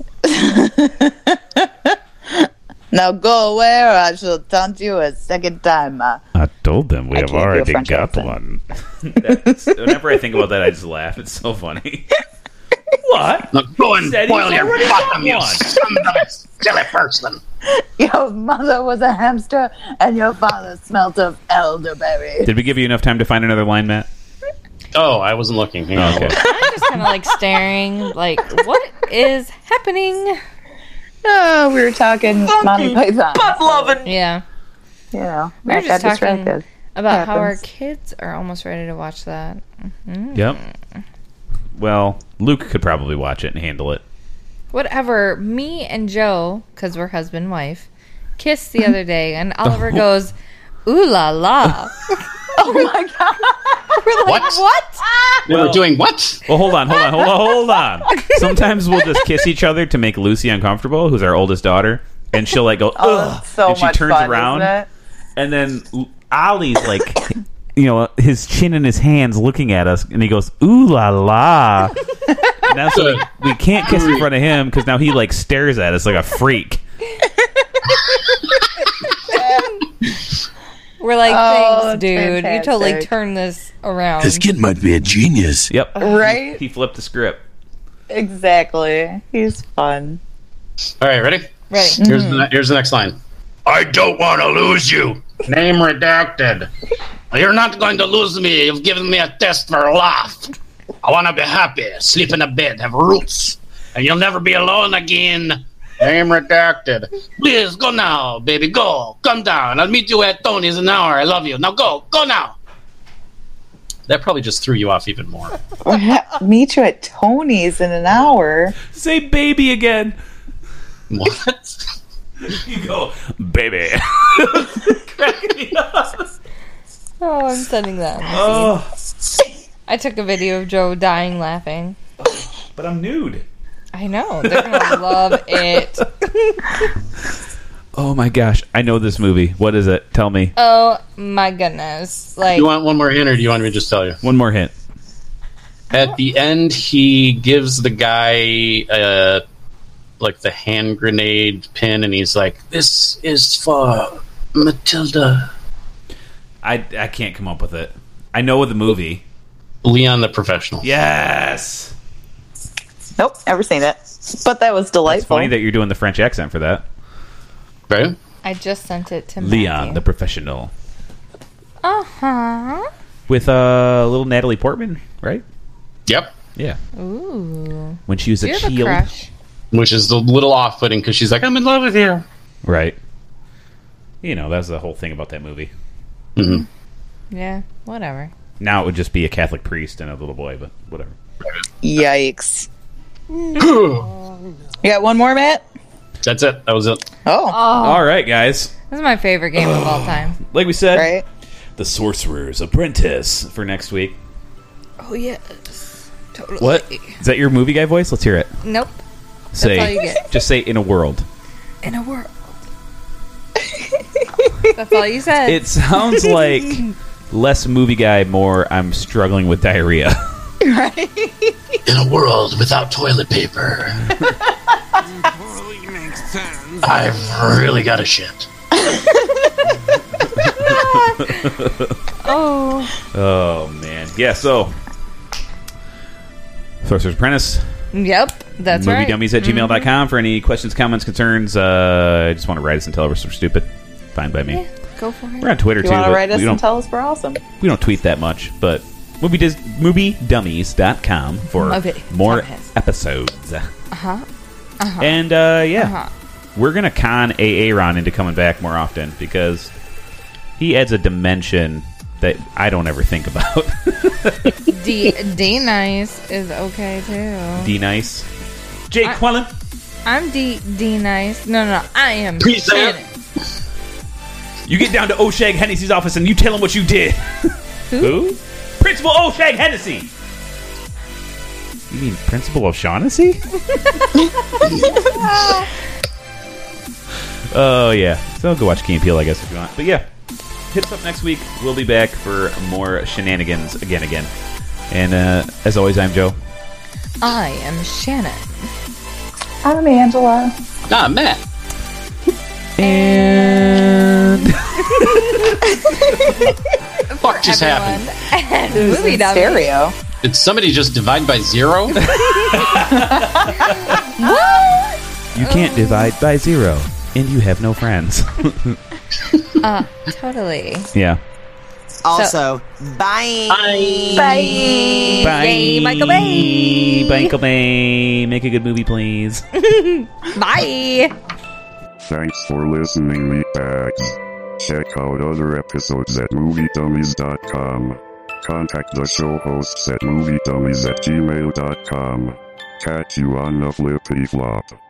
Now go away, or I shall taunt you a second time. uh.
I told them we
I have can't do a already French got
[laughs]
accent.
one. whenever I think about that, I just laugh. It's so funny. what?
Look, go and
Said he's
boil your
already got
bottom, you
one.
son of a silly
[laughs]
person.
Your mother was a hamster, and your father smelt of elderberry.
Did we give you enough time to find another line, Matt?
Oh, I wasn't looking. Hang on.
Okay.
I'm just kind of like staring, like, what is happening?
Oh, we were talking Monty Python.
butt loving.
Yeah.
You know,
We were
Matt got
just talking
distracted.
about how our
Happens.
kids are almost ready to watch that. Mhm.
Yep. Well, Luke could probably watch it and handle it.
Whatever. Me and Joe, because we're husband and wife, kissed the other day, and Oliver goes, ooh la la.
Oh my god!
We're like,
What?
what?
They
Well-
were doing what?
Well, hold on, hold on, hold on, hold on.
[laughs]
Sometimes we'll just kiss each other to make Lucy uncomfortable, who's our oldest daughter, and she'll like go, ugh,
Oh, it's so
and she
much
turns
fun,
around,
isn't it?
and then L- Ollie's like, [coughs] you know, his chin in his hands, looking at us, and he goes, "Ooh la
[laughs]
la." And Now so we, we can't kiss in front of him because now he like stares at us like a freak.
We're like,
Oh,
thanks, dude.
that's
You totally
fantastic.
turned this around.
This kid might be a genius.
Yep,
[laughs] Right?
he flipped the script.
Exactly. He's fun.
All right, ready?
Ready.
Here's the ne- here's the next line.
I don't want to lose you. Name redacted. You're not going to lose me. You've given me a test for a laugh. I want to be happy, sleep in a bed, have roots, and you'll never be alone again. Name redacted. Please go now, baby. Go. Come down. I'll meet you at Tony's in an hour. I love you. Now go. Go now.
That probably just threw you off even more.
[laughs] Meet you at Tony's in an hour.
Say baby again.
What?
You go,
[laughs]
baby.
Oh, I'm sending that.
[laughs] oh,
I took a video of Joe dying laughing.
but I'm nude.
I know. They're going to [laughs] love it.
Oh my gosh, I know this movie. What is it? Tell me.
Oh, my goodness. Like,
You want one more hint, or do you want me to just tell you?
One more hint.
At the end, he gives the guy uh, like the hand grenade pin, and he's like, "This is for
Matilda.
I, I can't come up with it. I know the movie.
Leon the Professional.
Yes.
Nope, never seen it. But that was
It's
delightful.
funny that you're doing the French accent for that.
Right?
I just sent it to
Leon the Professional.
Uh huh.
With uh, little Natalie Portman, right?
Yep.
Yeah.
Ooh.
When she was
Do
a
you have
child.
a crush?
Which is a little off putting because she's like, I'm in love with you.
Right. You know, that's the whole thing about that movie.
Mm-hmm.
Yeah. Whatever.
Now it would just be a Catholic priest and a little boy, but whatever.
Yikes. you got one more, Matt?
That's it. That was it.
Oh.
All right, guys.
This is my favorite game of
[sighs]
all time.
Like we said, the Sorcerer's Apprentice for next week.
Oh yes. Totally.
What? Is that your movie guy voice? Let's hear it.
Nope.
Say,
That's all you get.
just say in a world.
In a world. That's all you said. [laughs]
It sounds like less movie guy, more I'm struggling with diarrhea. [laughs]
In a world without toilet paper. I've really got a shit.
oh.
oh man, yeah. So, Sorcerer's Apprentice.
Yep. That's right. Mm-hmm.
moviedummies at gmail.com for any questions, comments, concerns. Uh, I just want to write us and tell us we're stupid. Fine by me.
Go for it.
We're on Twitter
you
too.
want to
but
write us
we
and
don't
tell us we're awesome?
we don't tweet that much, but movie dis- moviedummies.com for
Movie
more
dummies.
episodes.
Uh huh. Uh huh.
And uh, yeah,
Uh-huh.
we're gonna con Aaron into coming back more often because he adds a dimension that I don't ever think about. [laughs]
D D nice is okay too.
D nice, Jake Quellen.
I'm D D nice. No, no, I am.
Peace out.
Shannon.
You get down to O'Shag Hennessy's office and you tell him what you did. Who? Principal O'Shag Hennessy. You mean Principal O'Shaughnessy? Oh yeah. So go watch Key and Peele, I guess, if you want. But yeah, hit us up next week. We'll be back for more shenanigans again, again. And uh, as always, I'm Joe.
I am Shannon.
I'm Angela.
Ah, Matt.
And
fuck just happened?
And
It
[laughs]
was
movie
in
dummies.
stereo.
Did somebody just divide by zero?
You can't divide by zero, and you have no friends. [laughs]
Uh, totally.
yeah.
Also, bye. Bye. Bye.
Yay, Michael
Bay. Michael Bay. Make a good movie, please.
Bye.
Thanks for listening, meatbags. Check out other episodes at moviedummies.com. Contact the show hosts at moviedummies at gmail.com. Catch you on the flippy flop.